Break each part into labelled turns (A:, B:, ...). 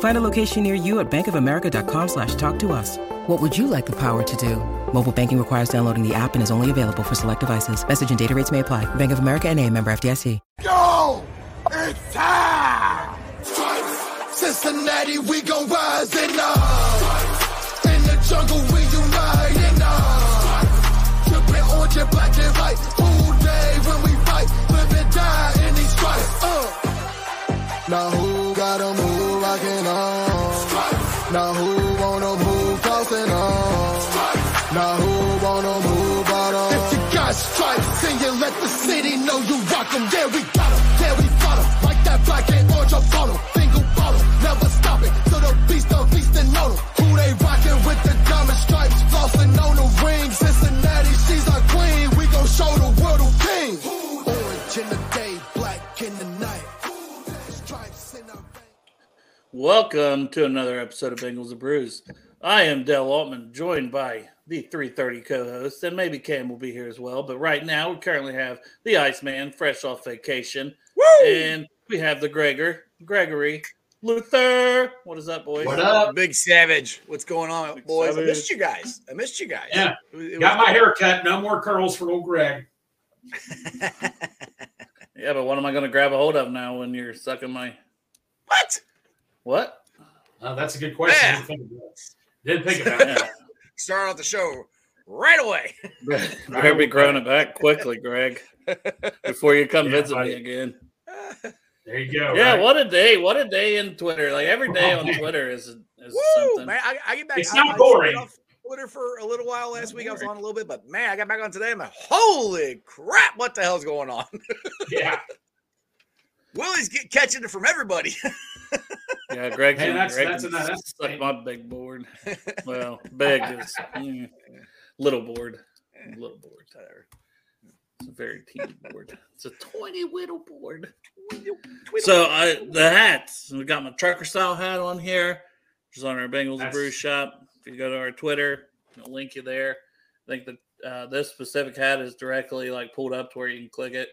A: Find a location near you at bankofamerica.com slash talk to us. What would you like the power to do? Mobile banking requires downloading the app and is only available for select devices. Message and data rates may apply. Bank of America and a member FDIC.
B: Yo, it's time. Cincinnati, we gon' rise and up. In the jungle, we unite and up. Trippin' orange and black and white. Full day when we fight. Live and die in these stripes. Uh. Now who got 'em who rockin' on? Now who want 'em who crossin' on? Now who want 'em who bought 'em? If you got stripes, then you let the city know you rock 'em. Yeah, we got 'em. Yeah, we fought 'em. Like that black and orange up on 'em. Single bottle, never stop it. So the beast of feasting on 'em. Who they rockin' with the diamond stripes? Flossin' on the ring. Cincinnati, she's our queen. We gon' show the world who king. Orange in the day, black in the night. Stripes in our veins.
C: Welcome to another episode of Bengals and Brews. I am Dell Altman, joined by the 330 co-host, and maybe Cam will be here as well. But right now, we currently have the Iceman, fresh off vacation, and we have the Gregor, Gregory Luther. What is up, boys?
D: What up? Big Savage. What's going on,
C: Big
D: boys?
C: Savage.
D: I missed you guys. I missed you guys.
E: Yeah.
D: It was- it
E: Got
D: was-
E: my hair cut. No more curls for old Greg.
C: Yeah, but what am I going to grab a hold of now when you're sucking my
D: What?
C: what?
E: Uh, that's a good question.
D: Yeah.
E: Didn't think about it. Didn't think about it.
D: Starting off the show right away.
C: Better be growing it back quickly, Greg, before you come
E: Yeah,
C: visit
E: buddy.
C: me again.
E: There you go.
C: Yeah,
E: right?
C: what a day! What a day in Twitter. Like every day
E: Oh,
C: on
E: man.
C: Twitter is is
D: Woo,
C: something.
D: man. I, I get back.
E: It's
D: I-
E: not
D: I started
E: boring.
D: off Twitter for a little while last
C: Not
D: week. I was
C: boring.
D: on a little bit, but man, I got back on today. I'm like, holy crap, what the hell's going on?
E: Yeah.
D: Willie's get, catching it from everybody.
C: Yeah, Greg.
E: Hey,
C: can-
E: that's-
C: Greg
E: that's
C: can
E: enough. That's-
C: suck my big board. Well, big is mm, little board, little board.
D: Whatever.
C: It's a very teeny board. It's a tiny little board.
D: Tweet
C: So I the hats. We got my trucker style hat on here, which is on our Bengals and
E: That's-
C: Brew shop. If you go to our Twitter, it'll link you there. I think that uh, this specific hat is directly like pulled up to where you can click it.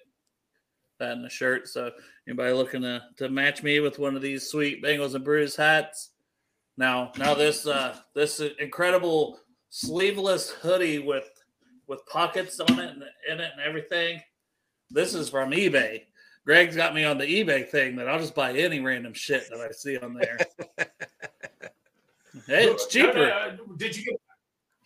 C: That and the shirt. So anybody looking to, to match me with one of these sweet Bengals and Brews hats. Now now this uh this incredible sleeveless hoodie with with pockets on it and in it and everything. This is from eBay. Greg's got me on the eBay thing that I'll just buy any random shit that I see on there. hey, it's
E: No, no,
C: cheaper.
E: no. Did you get?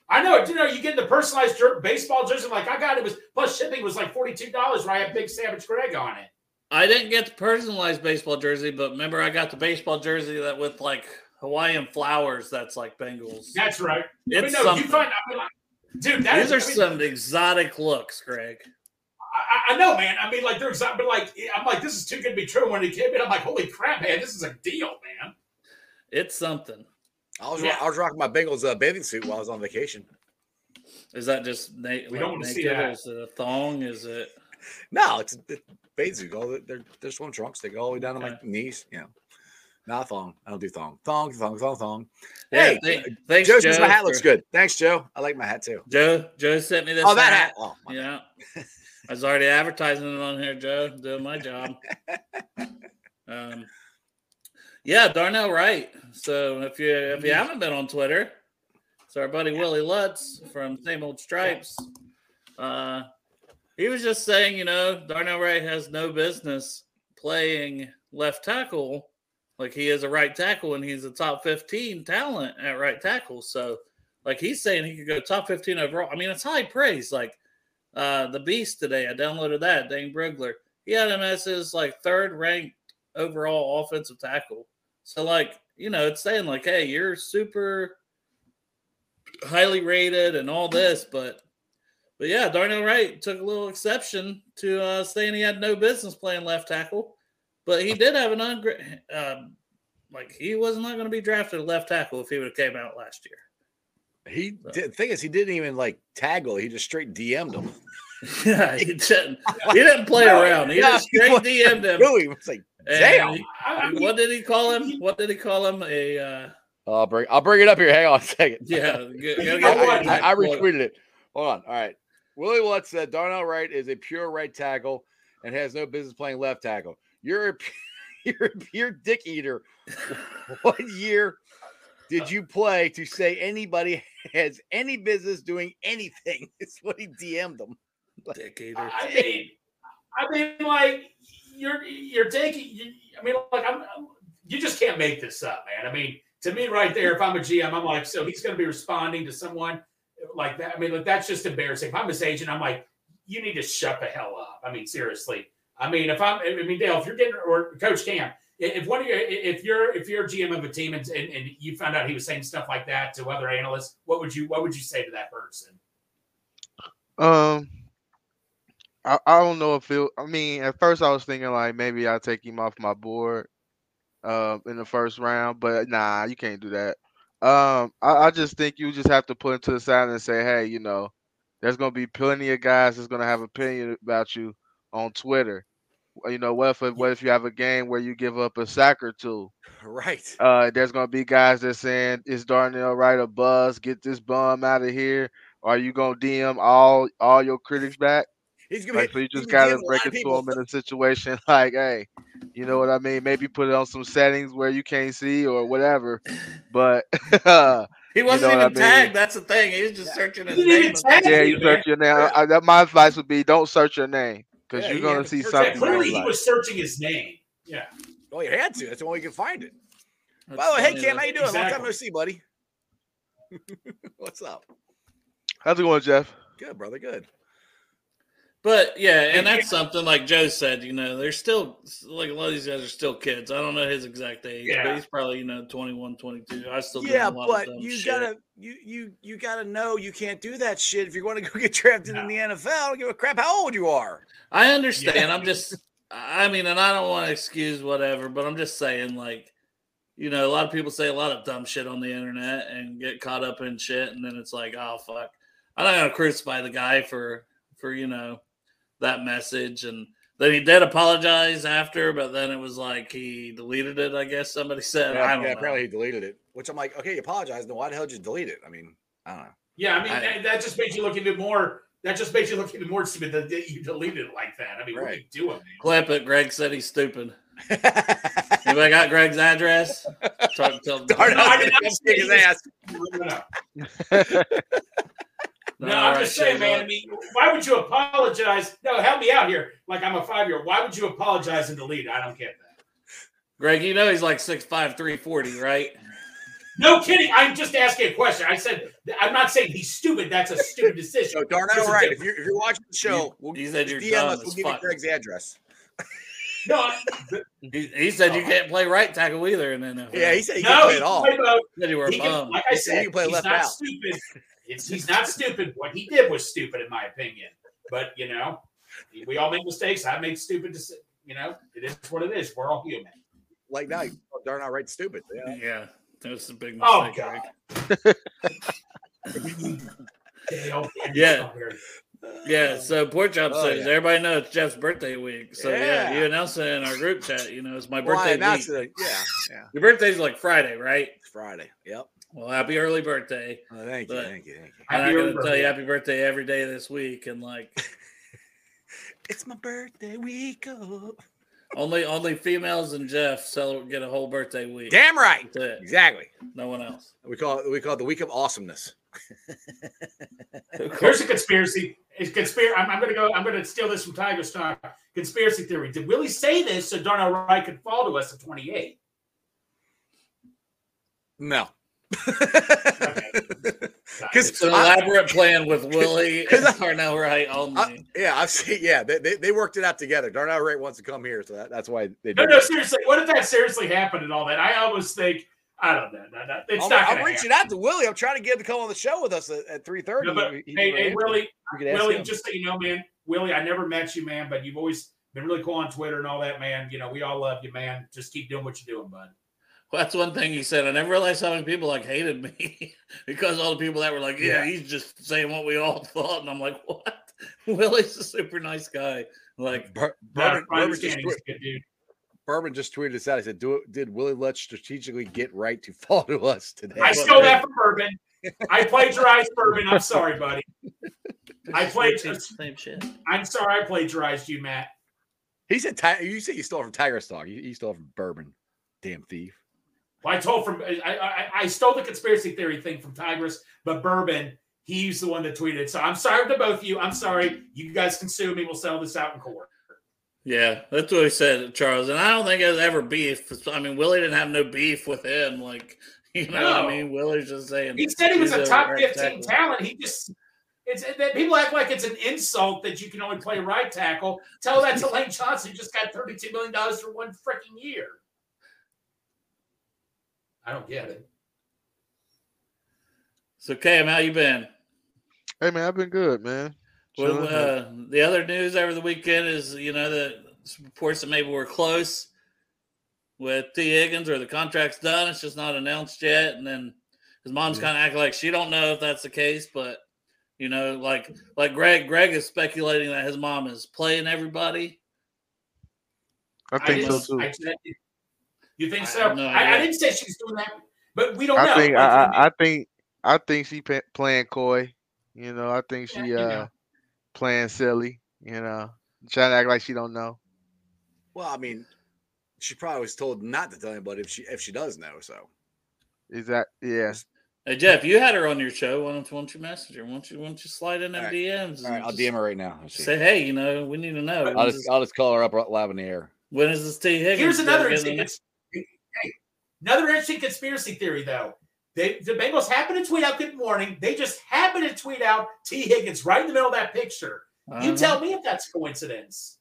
E: I know. You know, you get the personalized jer- baseball jersey like I got. It was plus shipping was like forty two dollars. Where I had Big Savage Greg on it.
C: I didn't get the personalized baseball jersey, but remember I got the baseball jersey that with like Hawaiian flowers that's like Bengals.
E: That's right. But
C: It's
E: no,
C: something.
E: you find. I mean, like, dude, that
C: These
E: is-
C: are
E: I mean,
C: some exotic looks, Greg.
E: I, I- I know, man. I mean, like they're exotic, but like I'm like this is too good to be true. When it came in, I'm like, holy crap, man, this is a deal, man.
C: It's something.
D: I was,
E: Yeah.
D: I was rocking my Bengals uh, bathing suit while I was on vacation.
C: Is that just na-
E: We don't wanna see
C: naked?
E: that.
C: Is it a thong? Is it?
D: No, it's a it's bathing suit. All the, they're they're swim trunks. They go all the way down to my knees. Yeah. Not thong. I don't do thong. Thong, thong, thong, thong. Hey,
C: thank- thanks,
D: Joe says my hat looks
C: for-
D: good. Thanks, Joe. I like my hat too.
C: Joe, Joe sent me this.
D: Oh, that hat. Oh, my
C: Yeah, I was already advertising it on here, Joe. Doing my job. Um, yeah, Darnell Wright. So if you if you haven't been on Twitter, it's our buddy Willie Lutz from Same Old Stripes. Uh, he was just saying, you know, Darnell Wright has no business playing left tackle. Like he is a right tackle and he's a top 15 talent at right tackle. So like he's saying he could go top 15 overall. I mean, it's high praise. Like uh the beast today. I downloaded that, Dane Brugler. he had him as his like third ranked overall offensive tackle. So like, you know, it's saying like, hey, you're super highly rated and all this, but but yeah, Darnell Wright took a little exception to uh, saying he had no business playing left tackle, but he did have an ungra- um, like he was not going to be drafted left tackle if he would have came out last year.
F: He did, thing is, he didn't even like tackle. He just straight DM'd him.
C: yeah, he didn't. He didn't play around. He
F: Yeah,
C: just straight
F: what
C: DM'd him.
F: Really, it's like
C: And
F: damn.
C: he- what did he call him? What did he call him? A uh,
F: Oh, I'll bring I'll bring it up here. Hang on a second.
C: yeah. go- go
F: I,
C: get-
E: want-
F: I- I retweeted it. Hold on. All right. Willie Watts said Darnell Wright is a pure right tackle and has no business playing left tackle. You're a p- you're a pure dick eater. what year did you play to say anybody has any business doing anything? It's what he DM'd them.
C: Dick eater.
E: I mean, I mean, like you're you're taking. You, I mean, like I'm, I'm- You just can't make this up, man. I mean, to me, right there, if I'm a GM, I'm like, so he's going to be responding to someone like that. I mean, like that's just embarrassing. If I'm his agent, I'm like, you need to shut the hell up. I mean, seriously. I mean, if I'm, I mean, Dale, if you're getting or Coach Cam, i- if one of your, i- if you're, if you're a GM of a team and, and, and you found out he was saying stuff like that to other analysts, what would you, what would you say to that person?
G: Um, I, I don't know if it. I mean, at first I was thinking like maybe I take him off my board, uh, in the first round, but nah, you can't do that. Um, I, I just think you just have to put him to the side and say, hey, you know, there's gonna be plenty of guys that's gonna have opinion about you on Twitter. Well, You know, what if what if you have a game where you give up a sack or two?
F: Right.
G: Uh, there's gonna be guys that saying, "Is Darnell Wright a buzz? Get this bum out of here." Are you gonna DM all all your critics back?
F: He's gonna
G: Like, so
F: be
G: you
F: he's
G: just
F: gonna DM
G: gotta
F: a lot
G: break
F: of
G: it to
F: people.
G: them in a situation like, "Hey, you know what I mean? Maybe put it on some settings where you can't see or whatever." But uh,
C: He wasn't
G: know what
C: even
G: I mean?
C: tagged. That's the thing. He was just searching his
E: You didn't even
C: name.
E: tag
G: yeah,
E: him,
G: you
E: man.
G: search your name. I, that my advice would be don't search your name because
F: Yeah,
G: you're
F: you had
G: gonna
F: to
G: see
F: search that.
E: Yeah,
G: something. you don't
E: clearly he
G: like.
E: was searching his name. Yeah.
F: Well, you Oh, had to. That's the only way you can find it.
C: That's
F: By the way, hey
C: funny,
F: Cam, how
C: though.
F: you doing? Long time
E: Exactly.
F: no see, buddy. What's up?
G: How's it going, Jeff?
F: Good, brother. Good.
C: But yeah, and that's something like Joe said. You know, they're still like a lot of these guys are still kids. I don't know his exact age,
E: Yeah.
C: but he's probably you know 21, 22. I still
F: yeah,
C: do a lot
F: but
C: of dumb
F: you
C: shit.
F: gotta you you you gotta know you can't do that shit if you're going to go get drafted in the NFL. I don't give a crap how old you are.
C: I understand.
E: Yeah.
C: I'm just, I mean, and I don't want to excuse whatever, but I'm just saying, like, you know, a lot of people say a lot of dumb shit on the internet and get caught up in shit, and then it's like, oh fuck, I'm not gonna crucify the guy for for you know that message, and then he did apologize after, but then it was like he deleted it. I guess somebody said, I don't know.
F: apparently he deleted it, which I'm like, okay, you apologize. Then why the hell did you delete it? I mean, I don't know.
E: Yeah, I mean
F: I-
E: that, that just makes you look even more. That just makes you look even more stupid that, that you deleted it like that. I mean, what are you
F: Right.
E: doing? Man?
C: Clip it. Greg said he's stupid. Anybody got Greg's address? Tell, tell,
F: Darn it,
E: No, I
F: I'm gonna
E: did not
F: kick his
E: see this.
F: ass.
E: No, no, no.
C: No,
E: No,
C: all
E: I'm
C: right,
E: just
C: Shay's
E: saying, man.
C: up.
E: I mean, why would you apologize? No, help me out here. Like I'm a five year. Why would you apologize and delete? it? I don't get that.
C: Greg, you know he's like six five, three forty, right?
E: No kidding. I'm just asking a question. I said I'm not saying he's stupid. That's a stupid decision.
F: So darn
E: There's
F: all
E: a
F: right. If
E: difference.
F: you're if you're watching the show,
C: You-
F: we'll
C: you said you're
F: DM us.
C: dumb
F: We'll
C: as
F: give you
C: fuck.
F: Greg's address.
E: No, I-
C: He, he said you can't play right tackle either in the NFL.
F: Yeah, he said he
E: no.
F: can play
E: He
F: it all.
E: played both.
C: said you were a
E: He can,
C: bum.
E: like I
F: He said
E: said,
F: he can play
E: he's
F: left
E: not
F: out.
E: stupid. It's, he's not stupid. What he did was stupid, in my opinion. But you know, we all make mistakes. I made stupid decisions. You know, it is what it is. We're all human.
F: Like now, you call darn all right, stupid. Yeah.
C: Yeah, that was a big mistake.
E: Oh,
C: Greg.
E: Dale, damn,
C: Yeah.
E: I'm here.
C: Yeah, so poor job
F: Oh,
C: says
F: yeah.
C: everybody knows it's Jeff's birthday week. So yeah.
F: Yeah.
C: you announced it in our group chat. You know, it's my
F: Well, I
C: birthday
F: announced
C: week.
F: it. Yeah, yeah.
C: Your birthday's like Friday, right?
F: It's Friday. Yep.
C: Well, happy early birthday.
F: Oh, thank you.
C: But-
F: Thank you. Thank you.
C: And I'm gonna
E: Happy early
C: tell you
E: birthday.
C: happy birthday every day this week, and like
F: It's my birthday week. Oh.
C: only only females and Jeff celebrate get a whole birthday week.
F: Damn right.
C: That's it.
F: Exactly.
C: No one else.
F: We call it, we call it the week of awesomeness.
E: There's a conspiracy. It's conspiracy. I'm, I'm going to go. I'm going to steal this from Tiger Star. Conspiracy theory. Did Willie say this so Darnell Wright could fall to us at 28?
F: No.
E: Okay.
C: It's an elaborate plan with Willie and Darnell Wright only.
F: I- yeah, I've seen. Yeah, they, they, they worked it out together. Darnell Wright wants to come here, so that, that's why they.
E: No,
F: did
E: no,
F: it.
E: seriously. What if that seriously happened and all that? I almost think I don't know. No, no, it's
F: I'm,
E: not.
F: I'm
E: gonna
F: reaching
E: happen.
F: out to Willie. I'm trying to get him to come on the show with us at, at three thirty.
E: No, but hey, hey, Willie, Willie, just so you know, man, Willie, I never met you, man, but you've always been really cool on Twitter and all that, man. You know, we all love you, man. Just keep doing what you're doing, bud.
C: Well, that's one thing he said. I never realized how many people like hated me because all the people that were like, "Yeah,
E: Yeah.
C: he's just saying what we all thought," and I'm like, "What? Willie's a super nice guy." Like,
F: Bur-
E: That's
F: Bourbon,
E: my
F: Bourbon, just
E: understanding. He's
F: twi-
E: a good dude.
F: Bourbon just tweeted us out. He said, Do, "Did Willie Lutz strategically get right to follow us today?"
E: I
C: Hey, look,
E: stole
C: man.
E: that from Bourbon. I plagiarized Bourbon. I'm sorry, buddy. I played.
C: same, same shit.
E: I'm sorry, I plagiarized you, Matt.
F: He said, Ti- "You said you stole from Tiger Stock. You, you stole from Bourbon, damn thief."
E: Well, I told from I, I I- I stole the conspiracy theory thing from Tigress, but Bourbon, he's the one that tweeted. So I'm sorry to both of you. I'm sorry. You guys can sue me. We'll settle this out in court.
C: Yeah, that's what he said, Charles. And I don't think there's ever beef. I mean, Willie didn't have no beef with him. Like, you know, what I
E: No.
C: mean, Willie's just saying
E: He said he was
C: he's
E: a top
C: right tackle.
E: 15 talent. He just it's that people act like it's an insult that you can only play right tackle. Tell that to Lane Johnson, who just got 32 million dollars for one freaking year. I don't get it.
C: So, Cam, how you been?
G: Hey man, I've been good, man.
C: Well,
G: Chilling.
C: uh, the other news over the weekend is, you know, the reports that maybe we're close with T. Higgins or the contract's done. It's just not announced yet. And then his mom's kind of acting like she don't know if that's the case, but you know, like like Greg, Greg is speculating that his mom is playing everybody.
G: I think
E: didn't-
G: so too.
E: I said- you think
C: I
E: so?
C: have no
E: I, I
C: idea.
E: didn't say she was doing that, but we don't
G: I
E: know.
G: think
E: Like,
G: I, I, I think I think she pa- playing coy. You know, I think
E: Yeah,
G: she
E: you know.
G: uh playing silly. You know, trying to act like she don't know.
F: Well, I mean, she probably was told not to tell anybody if she if she does know. So
G: Is that yeah?
C: Hey Jeff, you had her on your show. Why don't, why don't you message her? Why don't you, why don't you slide in them
F: All right.
C: DMs? and
F: all right, I'll
C: just
F: DM her right now. Let's see.
C: Say, hey, you know, we need to know. When
F: I'll
C: is
F: just
C: this-
F: I'll just call her up right live in the air.
C: when is this T. Higgins?
E: Here's
C: deal
E: another
C: getting
E: interesting,
C: announced?
E: hey, another interesting conspiracy theory, though. They, the Bengals happen to tweet out "Good morning." They just happen to tweet out T. Higgins right in the middle of that picture. You
G: Um,
C: Uh-huh.
E: tell me if that's coincidence.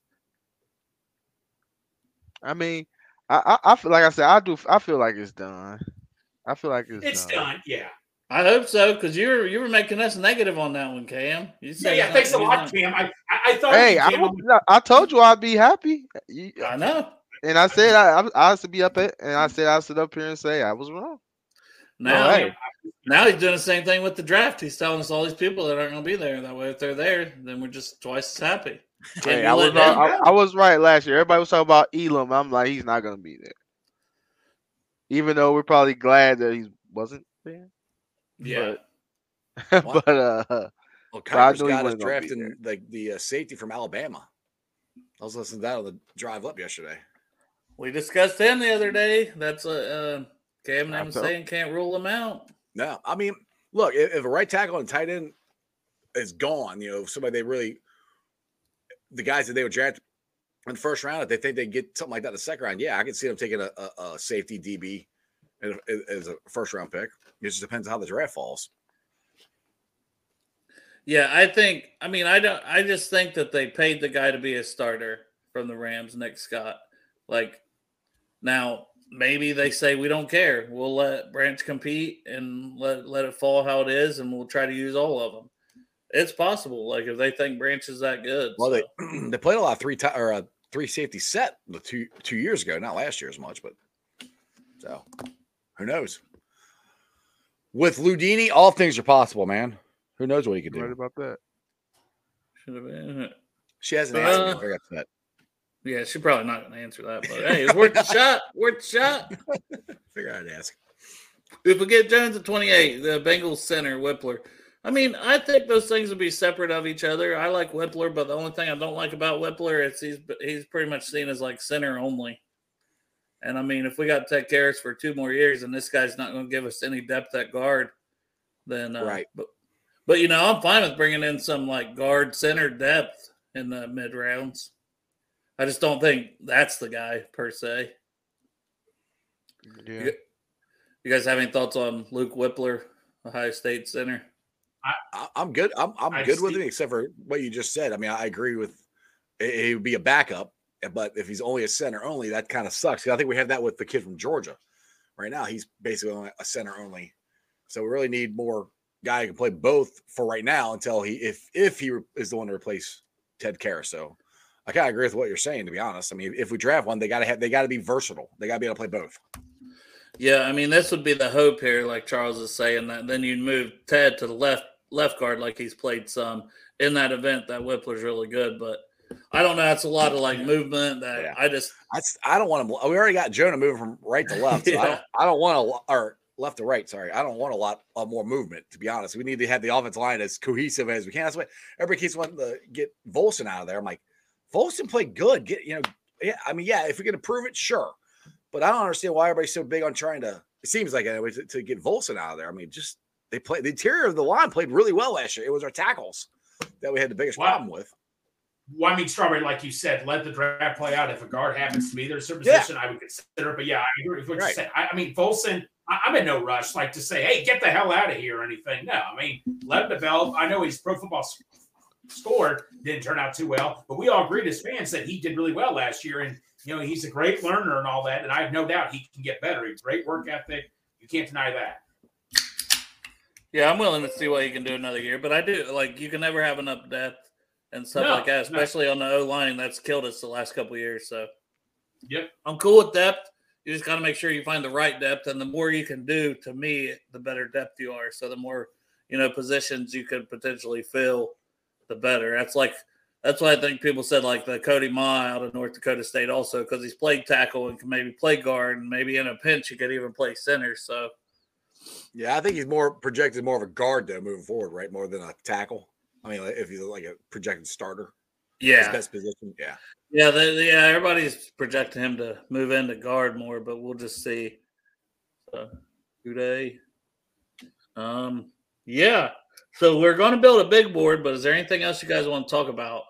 G: I mean, I, I I feel like I said I do. I feel like it's done. I feel like it's,
E: It's done. Yeah.
C: I hope so, because you were you were making us negative on that one, Cam. You
E: Yeah.
C: said
E: yeah
C: it's
E: thanks a
C: not-
E: lot, Cam. I, I, I thought.
G: Hey,
E: you,
G: I,
E: Cam,
G: was- no, I told you I'd be happy, You-
C: I know.
G: and I said I I- I used to be up at, and I said I sit up here and say I was wrong.
C: Now,
G: All right.
C: now he's doing the same thing with the draft. He's telling us all these people that aren't going to be there. That way, if they're there, then we're just twice as happy. Can
G: Hey,
C: you
G: I was
C: let
G: wrong-
C: them
G: I, I was right last year. Everybody was talking about Elam. I'm like he's not gonna be there, even though we're probably glad that he wasn't there.
C: Yeah,
F: What?
G: but uh,
F: Well,
G: But I
F: Kyrus
G: knew he
F: got us
G: wasn't gonna be
F: drafting like the uh, safety from Alabama. I was listening to that on the drive up yesterday.
C: we discussed him the other day. That's a uh, Cam and I
G: I
C: was
G: felt-
C: saying can't rule him out.
F: No, I mean, look, if, if a right tackle and tight end is gone, you know, somebody they really, the guys that they would draft in the first round, if they think they get something like that in the second round, yeah, I can see them taking a, a, a safety DB and a- as a first round pick. It just depends on how the draft falls.
C: Yeah, I think. I mean, I don't. I just think that they paid the guy to be a starter from the Rams, Nick Scott. Like now, maybe they say we don't care. We'll let Branch compete and let let it fall how it is, and we'll try to use all of them. It's possible. Like if they think Branch is that good.
F: Well,
C: so.
F: they they played a lot of three ti- or uh three safety set the two two years ago, not last year as much, but so who knows? With Ludini, all things are possible, man. Who knows what he could
G: you right
F: do?
G: about that.
C: should have been.
F: She hasn't answered. me. I'm
C: Uh,
F: very upset.
C: Yeah, she's probably not going to answer that, but hey, it's worth the shot. Worth the shot.
F: Figure I'd ask.
C: If we get Jones at 28, the Bengals center, Whippler. I mean, I think those things would be separate of each other. I like Whippler, but the only thing I don't like about Whippler is he's he's pretty much seen as like center only. And I mean, if we got Tech Harris for two more years and this guy's not going to give us any depth at guard, then uh,
F: Right.
C: But but you know, I'm fine with bringing in some like guard center depth in the mid rounds. I just don't think that's the guy per se.
G: Yeah.
C: You guys have any thoughts on Luke Whippler, Ohio State center?
F: I, I'm good. I'm I'm
E: I
F: good with
E: see-
F: him, except for what you just said. I mean, I agree with it, it would be a backup, eh, but if he's only a center only, that kind of sucks. 'Cause I think we have that with the kid from Georgia. Right now, he's basically only a center only. So we really need more guy who can play both for right now until he if if he re- is the one to replace Ted Caruso. I kind of agree with what you're saying, to be honest. I mean, if we draft one, they gotta have they gotta be versatile. They gotta be able to play both.
C: Yeah, I mean this would be the hope here, like Charles is saying that then you'd move Ted to the left left guard like he's played some in that event that Whippler's really good, but I don't know, it's a lot of like movement that
F: Yeah.
C: I just
F: I, s- I don't want him. We already got Jonah moving from right to left. So I don't. I don't want a lo- or left to right. Sorry, I don't want a lot of more movement. To be honest, we need to have the offense line as cohesive as we can. That's what everybody keeps wanting to get Volson out of there. I'm like, Volson played good. Get you know, yeah. I mean, yeah. If we can improve it, sure. But I don't understand why everybody's so big on trying to. It seems like anyway to, to get Volson out of there. I mean, just they play the interior of the line played really well last year. It was our tackles that we had the biggest
E: Wow.
F: problem with.
E: Well, I mean, Strawberry, like you said, let the draft play out. If a guard happens to be there, a certain
F: Yeah.
E: position, I would consider. it. But yeah, I agree with what
F: Right.
E: you said. I, I mean, Folson, I, I'm in no rush, like to say, hey, get the hell out of here or anything. No, I mean, let him develop. I know he's pro football s- scored didn't turn out too well, but we all agreed as fans that he did really well last year, and you know he's a great learner and all that. And I have no doubt he can get better. He's great work ethic. You can't deny that.
C: yeah, I'm willing to see what he can do another year, but I do like you can never have enough depth and stuff
E: No,
C: like that,
E: no.
C: especially on the O line that's killed us the last couple of years. So
E: Yep.
C: I'm cool with depth. You just gotta make sure you find the right depth. And the more you can do to me, the better depth you are. So the more, you know, positions you could potentially fill, the better. That's like that's why I think people said like the Cody Ma out of North Dakota State also, because he's played tackle and can maybe play guard and maybe in a pinch you could even play center. So
F: Yeah, I think he's more projected more of a guard though moving forward, right? More than a tackle. I mean, like, if he's like a projected starter, his
C: yeah.
F: best position. Yeah,
C: Yeah, they, yeah, everybody's projecting him to move into guard more, but we'll just see. So, today, um, yeah. So we're going to build a big board, but is there anything else you guys want to talk about?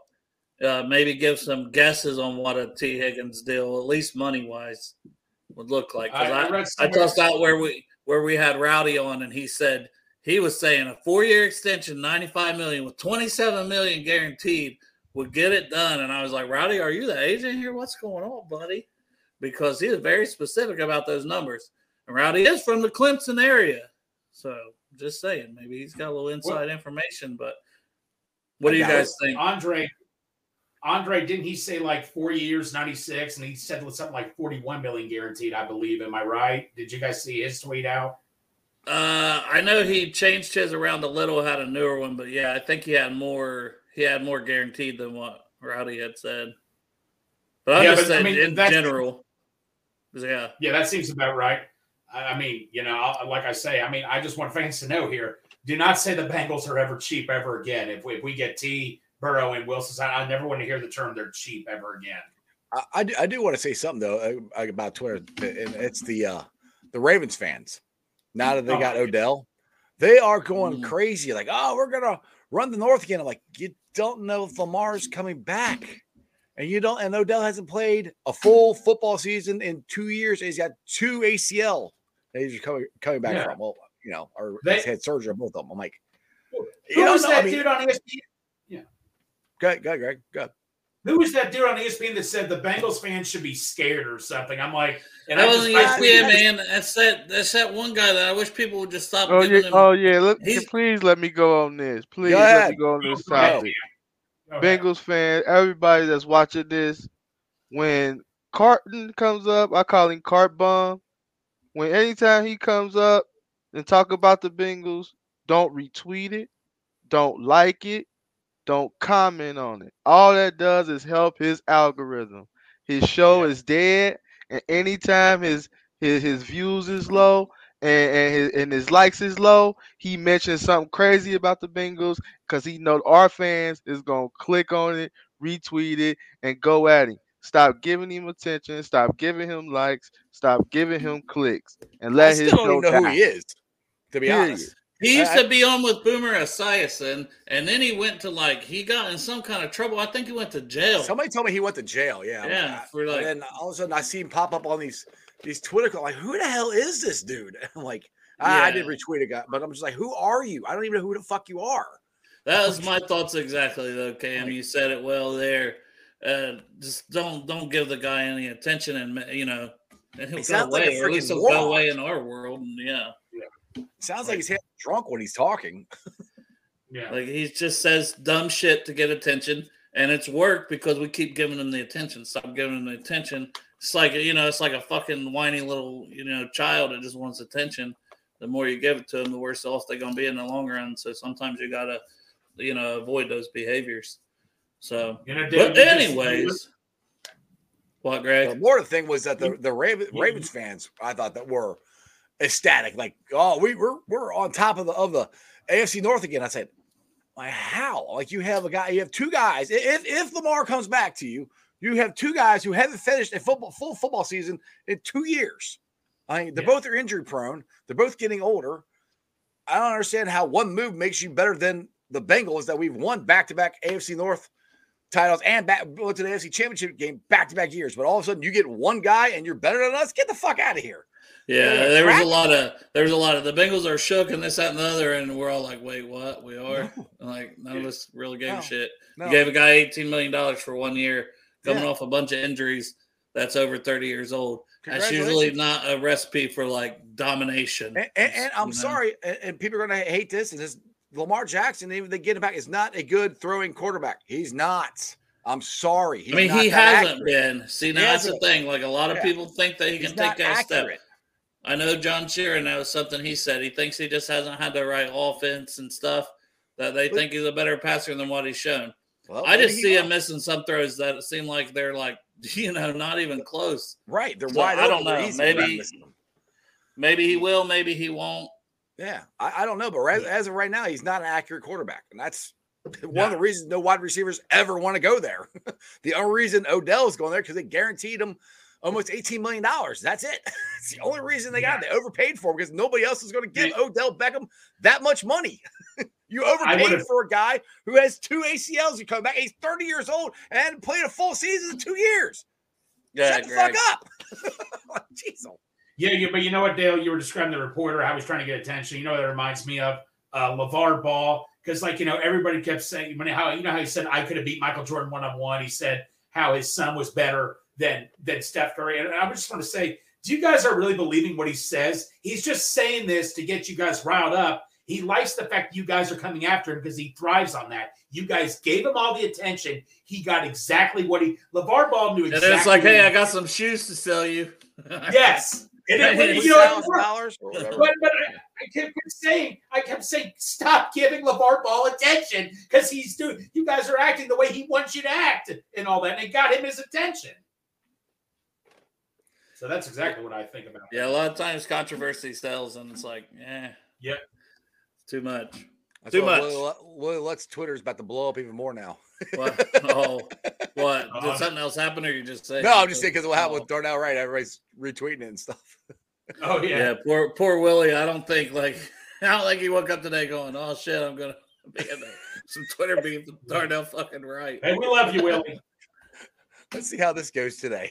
C: Uh, maybe give some guesses on what a T Higgins deal, at least money wise, would look like. 'Cause I,
E: read
C: I
E: somewhere-
C: tossed out where we where we had Rowdy on, and he said he was saying a four year extension, ninety five million with twenty seven million guaranteed would get it done. And I was like, Rowdy, are you the agent here? What's going on, buddy? Because he is very specific about those numbers, and Rowdy is from the Clemson area, so just saying, maybe he's got a little inside information. But what do you
F: I got
C: guys think?
E: Andre, Andre, didn't he say like four years, ninety six, and he said something like forty one million guaranteed? I believe. Am I right? Did you guys see his tweet out?
C: Uh, I know he changed his around a little, had a newer one, but yeah, I think he had more. He had more guaranteed than what Rowdy had said. But I'm
E: Yeah,
C: just
E: but, I
C: saying
E: mean,
C: in
E: that's-
C: general. 'Cause, Yeah,
E: Yeah, that seems about right. I, I mean, you know, I- like I say, I mean, I just want fans to know here: do not say the Bengals are ever cheap ever again. If we, if we get T. Burrow and Wilson, I, I never want to hear the term "they're cheap" ever again.
F: I, I do. I do want to say something though uh, about Twitter, and it's the uh the Ravens fans. Now that they
E: Oh,
F: got
E: yeah.
F: Odell, they are going
C: Mm.
F: crazy. Like, oh, we're gonna run the North again. I'm like, you don't know if Lamar's coming back, and you don't. And Odell hasn't played a full football season in two years. And he's got two ACL that he's coming coming back
E: Yeah.
F: from. Well, you know, or
E: They-
F: he's had surgery on both of them. I'm like, you
E: Who
F: don't
E: was
F: know,
E: that
F: I mean,
E: dude on E ESPN?
F: Go ahead, go ahead, Greg. Go. ahead.
E: Who was that dude on E ESPN that said the Bengals fans should be scared or something? I'm like, and
C: that E
E: I
C: wasn't
E: just- I-
C: ESPN, man. That's that. That's that one guy that I wish people would just stop
G: Oh
C: giving
G: yeah,
C: him.
G: oh yeah. Let,
C: he's-
G: please let me go on this. Please
F: ahead.
G: let me go on this
E: Go ahead.
G: topic.
E: Okay.
G: Bengals fan, everybody that's watching this, when Carton comes up, I call him Cart Bomb. When anytime he comes up and talk about the Bengals, don't retweet it, don't like it, don't comment on it. All that does is help his algorithm. His show is dead, and anytime his his his views is low and and his, and his likes is low, he mentions something crazy about the Bengals because he know our fans is gonna click on it, retweet it, and go at him. Stop giving him attention. Stop giving him likes. Stop giving him clicks, and
F: I
G: let his
F: still don't
G: show
F: even know who
G: die.
F: he is. To be
G: Period.
F: honest,
C: He used
F: I-
C: to be on with Boomer Esiason, and then he went to like he got in some kind of trouble. I think he went to jail.
F: Somebody told me he went to jail. Yeah. I'm
C: Yeah,
F: like, I-
C: for, like-
F: and then all of a sudden I see him pop up on these these Twitter call, like, who the hell is this dude? I'm like, I, I
C: Yeah.
F: did retweet a guy, but I'm just like, who are you? I don't even know who the fuck you are.
C: That was my thoughts exactly, though, Cam. You said it well there. Uh, just don't don't give the guy any attention, and you know, and he'll go
F: He sounds like a
C: away. or at
F: freaking
C: least he'll
F: moron.
C: go away in our world. And yeah,
F: Sounds like he's half drunk when he's talking.
E: Yeah.
C: like he just says dumb shit to get attention, and it's worked because we keep giving him the attention. Stop giving him the attention. It's like you know, it's like a fucking whiny little you know child that just wants attention. The more you give it to them, the worse off they're gonna be in the long run. So sometimes you gotta, you know, avoid those behaviors. So
E: You know, David,
C: But
E: you just-
C: anyways, what,
F: The
C: Greg?
F: more the thing was that the the Raven, Ravens fans, I thought that were ecstatic, like, oh, we we're we're on top of the of the AFC North again. I said, like, how? Like, you have a guy, you have two guys. I- If if Lamar comes back to you, you have two guys who haven't finished a football full football season in two years. I mean, they
E: Yeah.
F: both are injury prone. They're both getting older. I don't understand how one move makes you better than the Bengals that we've won back to back AFC North titles and back went to the AFC Championship game back to back years. But all of a sudden, you get one guy and you're better than us. Get the fuck out of here.
C: Yeah,
F: Yeah,
C: there was a
F: crap.
C: lot of there was a lot of the Bengals are shook and this that and the other, and we're all like, wait, what? We are And, like none of us really gave
F: No.
C: a shit.
F: No,
C: You gave a guy eighteen million dollars for one year, coming
F: Yeah.
C: off a bunch of injuries. That's over thirty years old. That's
F: congratulations.
C: usually not a recipe for like domination.
F: And, and, and I'm
C: You know?
F: sorry, and, and people are going to hate this. And this Lamar Jackson, even they get him back, is not a good throwing quarterback. He's not. I'm sorry. He's
C: I mean,
F: not
C: he
F: that
C: hasn't
F: accurate.
C: been. See, now that's the
F: hasn't.
C: thing. Like a lot of
F: Yeah.
C: people think that he
F: He's
C: can
F: not
C: take that step.
F: accurate.
C: I know John Sheeran. That was something he said. He thinks he just hasn't had the right offense and stuff. That they
F: But-
C: think he's a better passer than what he's shown.
F: Well,
C: I
F: maybe
C: just
F: he
C: see
F: was.
C: him missing some throws that seem like they're like you know not even close.
F: Right. They're
C: So,
F: wide
C: I don't
F: open. They're
C: know.
F: easy to
C: Maybe-
F: miss them.
C: Maybe he will. Maybe he won't.
F: Yeah, I, I don't know, but right, as of right now, he's not an accurate quarterback, and that's one of the reasons no wide receivers ever want to go there. the only reason Odell's going there because they guaranteed him almost eighteen million dollars. That's it. it's the only reason they got him. They overpaid for him because nobody else is going to give
C: Yeah.
F: Odell Beckham that much money. you overpaid
E: would've-
F: for a guy who has two ACLs. He comes back. He's thirty years old and hadn't played a full season in two years.
C: Yeah,
F: Shut the
C: Greg.
F: fuck up. Jeez, oh,
E: Yeah, yeah, but you know what, Dale? You were describing the reporter. I was trying to get attention. You know what that reminds me of? Uh, LeVar Ball. Because, like, you know, everybody kept saying, you know, how, you know how he said, I could have beat Michael Jordan one on one. He said how his son was better than than Steph Curry. And I just want to say, do you guys are really believing what he says? He's just saying this to get you guys riled up. He likes the fact that you guys are coming after him because he thrives on that. You guys gave him all the attention. He got exactly what he. LeVar Ball knew
C: And
E: exactly.
C: it's like,
E: what
C: hey,
E: he-
C: I got some shoes to sell you.
E: yes. And it,
C: Hey,
E: you know, it
F: $1,000
E: worked.
F: or whatever.
E: But, but I, I kept saying, I kept saying, stop giving LeVar Ball attention because he's doing, you guys are acting the way he wants you to act and all that. And it got him his attention. So that's exactly what I think about.
C: yeah, a lot of times controversy sells, and it's like, yeah,
E: Yeah.
C: too much.
F: That's
C: Too
F: why
C: much.
F: Willie, Lu- Willie Lutz Twitter's about to blow up even more now.
C: What? oh, what?
E: Uh,
C: Did something else happen, or you just saying?
F: No, I'm just saying because what happened
C: Oh.
F: with Darnell Wright, everybody's retweeting it and stuff.
E: Oh, yeah.
C: Yeah. poor poor Willie. I don't think like I don't think he woke up today going, "Oh shit, I'm gonna be in a- some Twitter beef." with Darnell fucking right.
E: Hey, we love you, Willie.
F: Let's see how this goes today.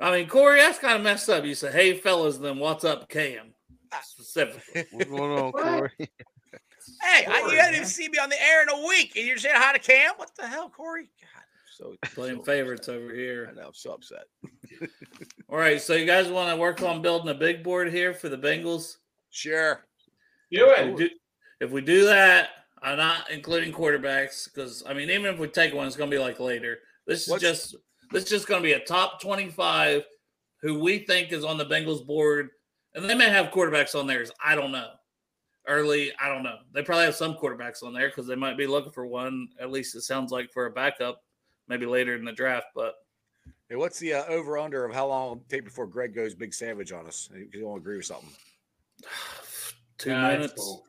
C: I mean, Corey, that's kind of messed up. You say, "Hey, fellas, then what's up, Cam?" Specifically,
G: What's going on, Corey?
F: hey, I,
E: Corey,
F: you hadn't
E: man.
F: even seen me on the air in a week, and you're saying hi to Cam. What the hell, Corey? God, I'm so
C: playing
F: so
C: favorites
F: upset.
C: over
F: I
C: here.
F: know, I'm so upset.
C: All right, so you guys want to work on building a big board here for the Bengals?
F: Sure.
E: Do
C: If we
E: it.
C: do, if we do that, I'm not including quarterbacks because I mean, even if we take one, it's going to be like later. This is
F: What's-
C: just this is just going to be a top 25 who we think is on the Bengals board, and they may have quarterbacks on theirs. I don't know. Early, I don't know. They probably have some quarterbacks on there because they might be looking for one. At least it sounds like for a backup, maybe later in the draft. But
F: Hey, what's the uh, over under of how long it'll take before Greg goes big savage on us? Because you won't agree with something.
C: two
E: Nah, it's
C: minutes.
E: cool.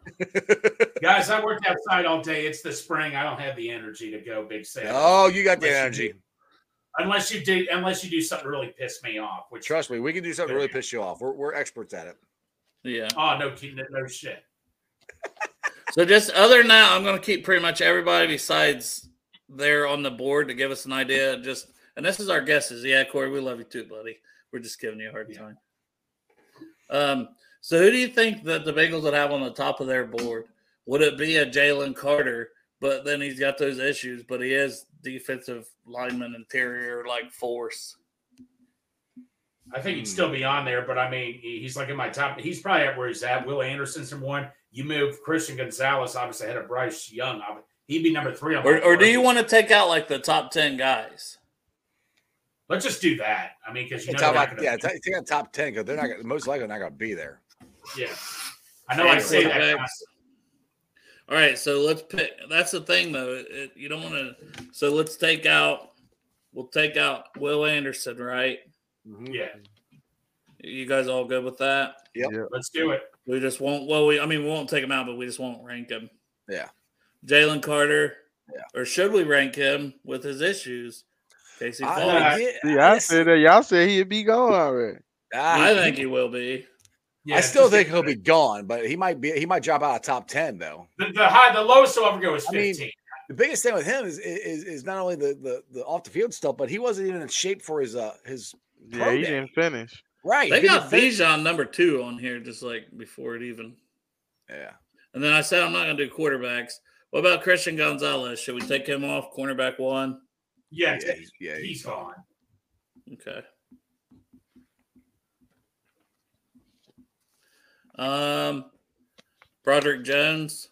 E: Guys, I worked outside all day. It's the spring. I don't have the energy to go big sale.
F: oh, you got the
E: Unless you
F: energy.
E: Unless you do, unless you do something really piss me off, which
F: Trust me, we can do something to
E: There
F: really
E: you go.
F: piss you off. We're, we're experts at it.
C: Yeah.
E: oh no, kid, no- no shit.
C: So just other than that, I'm gonna keep pretty much everybody besides there on the board to give us an idea. Just and this is our guesses. Yeah, Corey, we love you too, buddy. We're just giving you a hard
E: Yeah.
C: time. Um, So who do you think that the Bengals would have on the top of their board? Would it be a Jalen Carter? But then he's got those issues, but he is defensive lineman interior like force.
E: I think he'd
F: Hmm.
E: still be on there, but I mean, he- he's like in my top. He's probably at where he's at. Will Anderson's number one. You move Christian Gonzalez, obviously ahead of Bryce Young. I would, he'd be number three. On my
C: Or, or do
E: board.
C: you want to take out like the top ten guys?
E: Let's just do that. I mean, because you know,
F: Top,
E: they're not
F: like,
E: gonna-
F: yeah, t- take out top ten because they're not gonna, most likely not going to be there.
E: yeah. I know I say that.
C: Okay.
E: constantly.
C: All right, so let's pick. That's the thing, though. It, it- you don't want to. So let's take out. We'll take out Will Anderson, right?
E: Mm-hmm. Yeah,
C: You guys all good with that?
E: let's do it.
C: We just won't. Well, we. I mean, we won't take him out, but we just won't rank him.
F: Yeah.
C: Jalen Carter.
F: Yeah.
C: Or should we rank him with his issues? Casey
F: I-
C: Paul.
F: I
C: I,
F: get-
G: See, I
F: yes,
G: said that. Y'all said he'd be gone already.
F: I-
C: think he will be.
E: Yeah,
F: I still
E: just
F: think
E: get
F: he'll
E: rid
F: be gone, but he might be. He might drop out of top ten though.
E: of- the, the high, the lowest he'll ever go is
F: I mean,
E: fifteen.
F: The biggest thing with him is is, is not only the, the the off the field stuff, but he wasn't even in shape for his uh his
G: Yeah,
F: Pro
G: he
F: day.
G: didn't finish.
F: right.
C: They
F: he
C: got
F: didn't fit-
C: Bijan number two on here, just like before it even.
F: Yeah,
C: And then I said I'm not going to do quarterbacks. What about Christian Gonzalez? Should we take him off cornerback one?
E: yeah,
F: yeah, he's- yeah.
E: he's gone.
C: Okay. Um, Broderick Jones,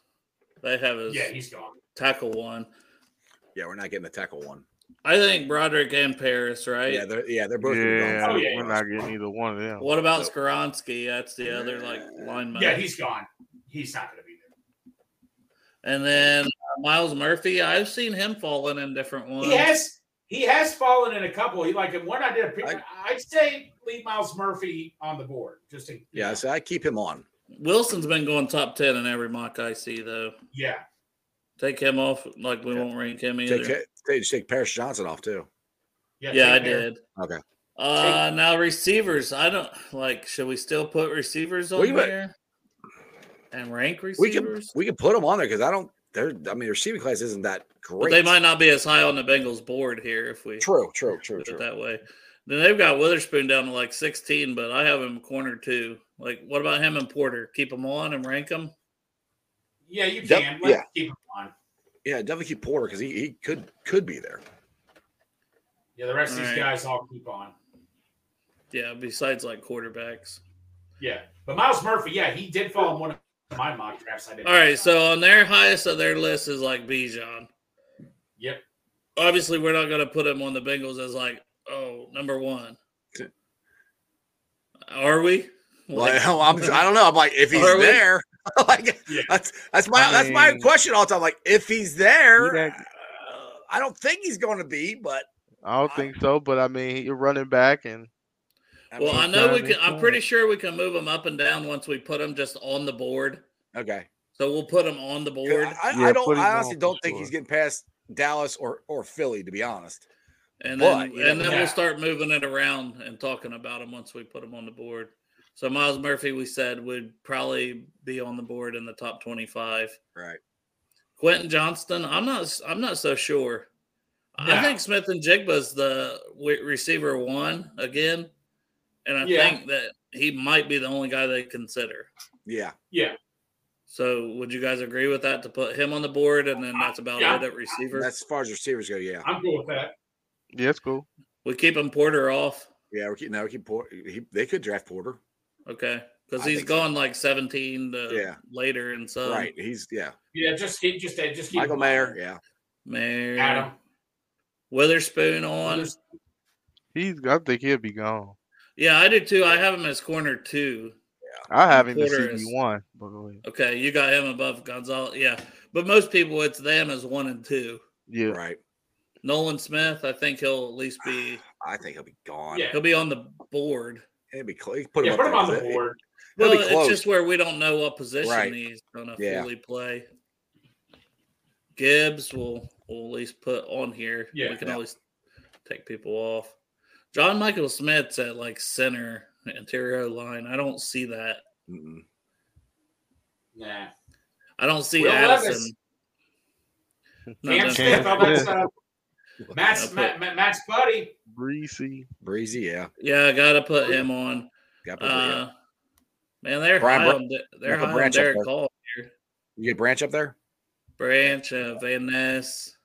C: they have his
E: Yeah, he's gone.
C: tackle one.
F: Yeah, we're not getting the tackle one.
C: I think Broderick and Paris, right?
F: Yeah, they're yeah they're both gonna be gone.
G: Yeah,
E: Oh, yeah, yeah.
G: we're not getting either one of them.
C: What about Skaronski? That's the other like lineman.
E: Yeah, he's gone. He's not going to be there.
C: and then uh, Miles Murphy. I've seen him falling in different ones.
E: He has he has fallen in a couple. He like in one I did. A,
F: I-
E: I'd say leave Miles Murphy on the board. Just to,
F: Yeah, so I keep him on.
C: Wilson's been going top ten in every mock I see though.
E: yeah.
C: Take him off, like we
F: Yeah.
C: won't rank him either.
F: Take take, take Paris Johnson off too.
C: Yeah, I
E: take care.
C: did.
F: Okay.
C: Uh, now receivers. I don't like. Should we still put receivers on
F: We would-
C: here and rank
F: We can
C: receivers?
F: we can put him on there because I don't. They're I mean the receiving class isn't that
C: but
F: great.
C: they might not be as high on the Bengals board here if we
F: True, true, true,
C: put it
F: true.
C: that way. Then they've got Witherspoon down to like 16, but I have him corner two. Like, what about him and Porter? Keep them on and rank them.
E: Yeah, you
F: Yep,
E: can. Let's
F: yeah.
E: keep him on.
F: Yeah, definitely keep Porter because he, he could could be there.
E: Yeah, the rest of
C: All
E: these
C: right.
E: guys I'll keep on.
C: Yeah, besides like quarterbacks.
E: Yeah, but Miles Murphy, yeah, he did fall in one of my mock drafts. I did.
C: All right, so on their highest of their list is like Bijan.
E: Yep.
C: Obviously, we're not going to put him on the Bengals as like, oh, number one. Are we?
F: Like, I'm, I'm- I don't know. I'm like, if he's
C: Are we-
F: there, like
E: Yeah.
F: that's that's my
G: I
F: that's my
G: mean-
F: question all the time. Like, if he's there,
G: He
F: uh, I don't think he's going to be, but
G: I don't think so, but I mean, you're running back, and
F: I
C: well, I
F: mean,
C: know we
G: Sometimes
C: can. I'm
G: it's
C: pretty sure we can move him up and down once we put him just on the board.
F: okay.
C: So we'll put him on the board,
F: I, I
G: Yeah, put
F: don't.
G: him
F: I
G: on
F: honestly
G: for
F: don't think he's
G: sure.
F: getting past Dallas or or Philly. To be honest,
C: and
F: but
C: then
F: you
C: and
F: never
C: then
E: know.
C: we'll start moving it around and talking about him once we put him on the board. So Miles Murphy, we said would probably be on the board in the top 25.
F: right?
C: Quentin Johnston, I'm not. I'm not so sure. I
E: No.
C: think Smith and Jigba's the w- receiver one again, and I
E: Yeah.
C: think that he might be the only guy they consider.
F: Yeah,
E: Yeah,
C: So, would you guys agree with that to put him on the board, and then that's about
E: Yeah.
C: it at receiver?
F: that's as far as receivers go. Yeah,
E: I'm cool with that.
G: yeah, it's cool.
C: we keep him Porter off,
F: yeah. We keep no, we keep Porter. He, they could draft Porter.
C: okay? Because
F: I
C: he's
F: think so.
C: gone like 17 to
F: Yeah.
C: later, and so
F: right? He's yeah.
E: Yeah, just keep, just uh, just keep
F: Michael
E: him on.
F: Mayer. Yeah.
C: Mayer,
E: Adam.
C: Witherspoon on.
G: He's. I think he'll be gone.
C: Yeah, I do too. I have him as corner two.
G: I have him to
C: Porter
G: CB
C: is-
G: one. But go ahead.
C: Okay, you got him above Gonzalez. Yeah, but most people, it's them as one and two.
G: Yeah,
F: Right.
C: Nolan Smith, I think he'll at least be
F: I think he'll be gone.
E: Yeah.
C: he'll be on the board.
F: It'd be close. Put him,
E: Yeah,
F: up
E: put him
F: there.
E: on the
F: It- it-
E: board.
F: He'll
C: Well,
F: be
C: it's
F: close.
C: just where we don't know what position
F: Right.
C: he's gonna
F: Yeah.
C: fully play. Gibbs will will at least put on here.
E: Yeah.
C: we can
F: Yeah.
C: always take people off. John Michael Smith's at like center interior line. I don't see that.
F: Mm-mm.
E: Nah.
C: I don't see
E: Will Levis.
C: Addison. Not
E: Cam
C: done.
E: Smith, how about uh, Matt's,
C: I'll
E: Matt, Matt- Matt's buddy?
G: Breezy.
F: Breezy. Yeah.
C: Yeah, I gotta put him on.
F: Got
C: Uh, Man, they're
F: Brian
C: high
F: Bra-
C: on, De- they're
F: Michael
C: high on
F: Branch up
C: Derek
F: there.
C: Hall.
F: You get Branch up there,
C: Branch, uh, Van Ness.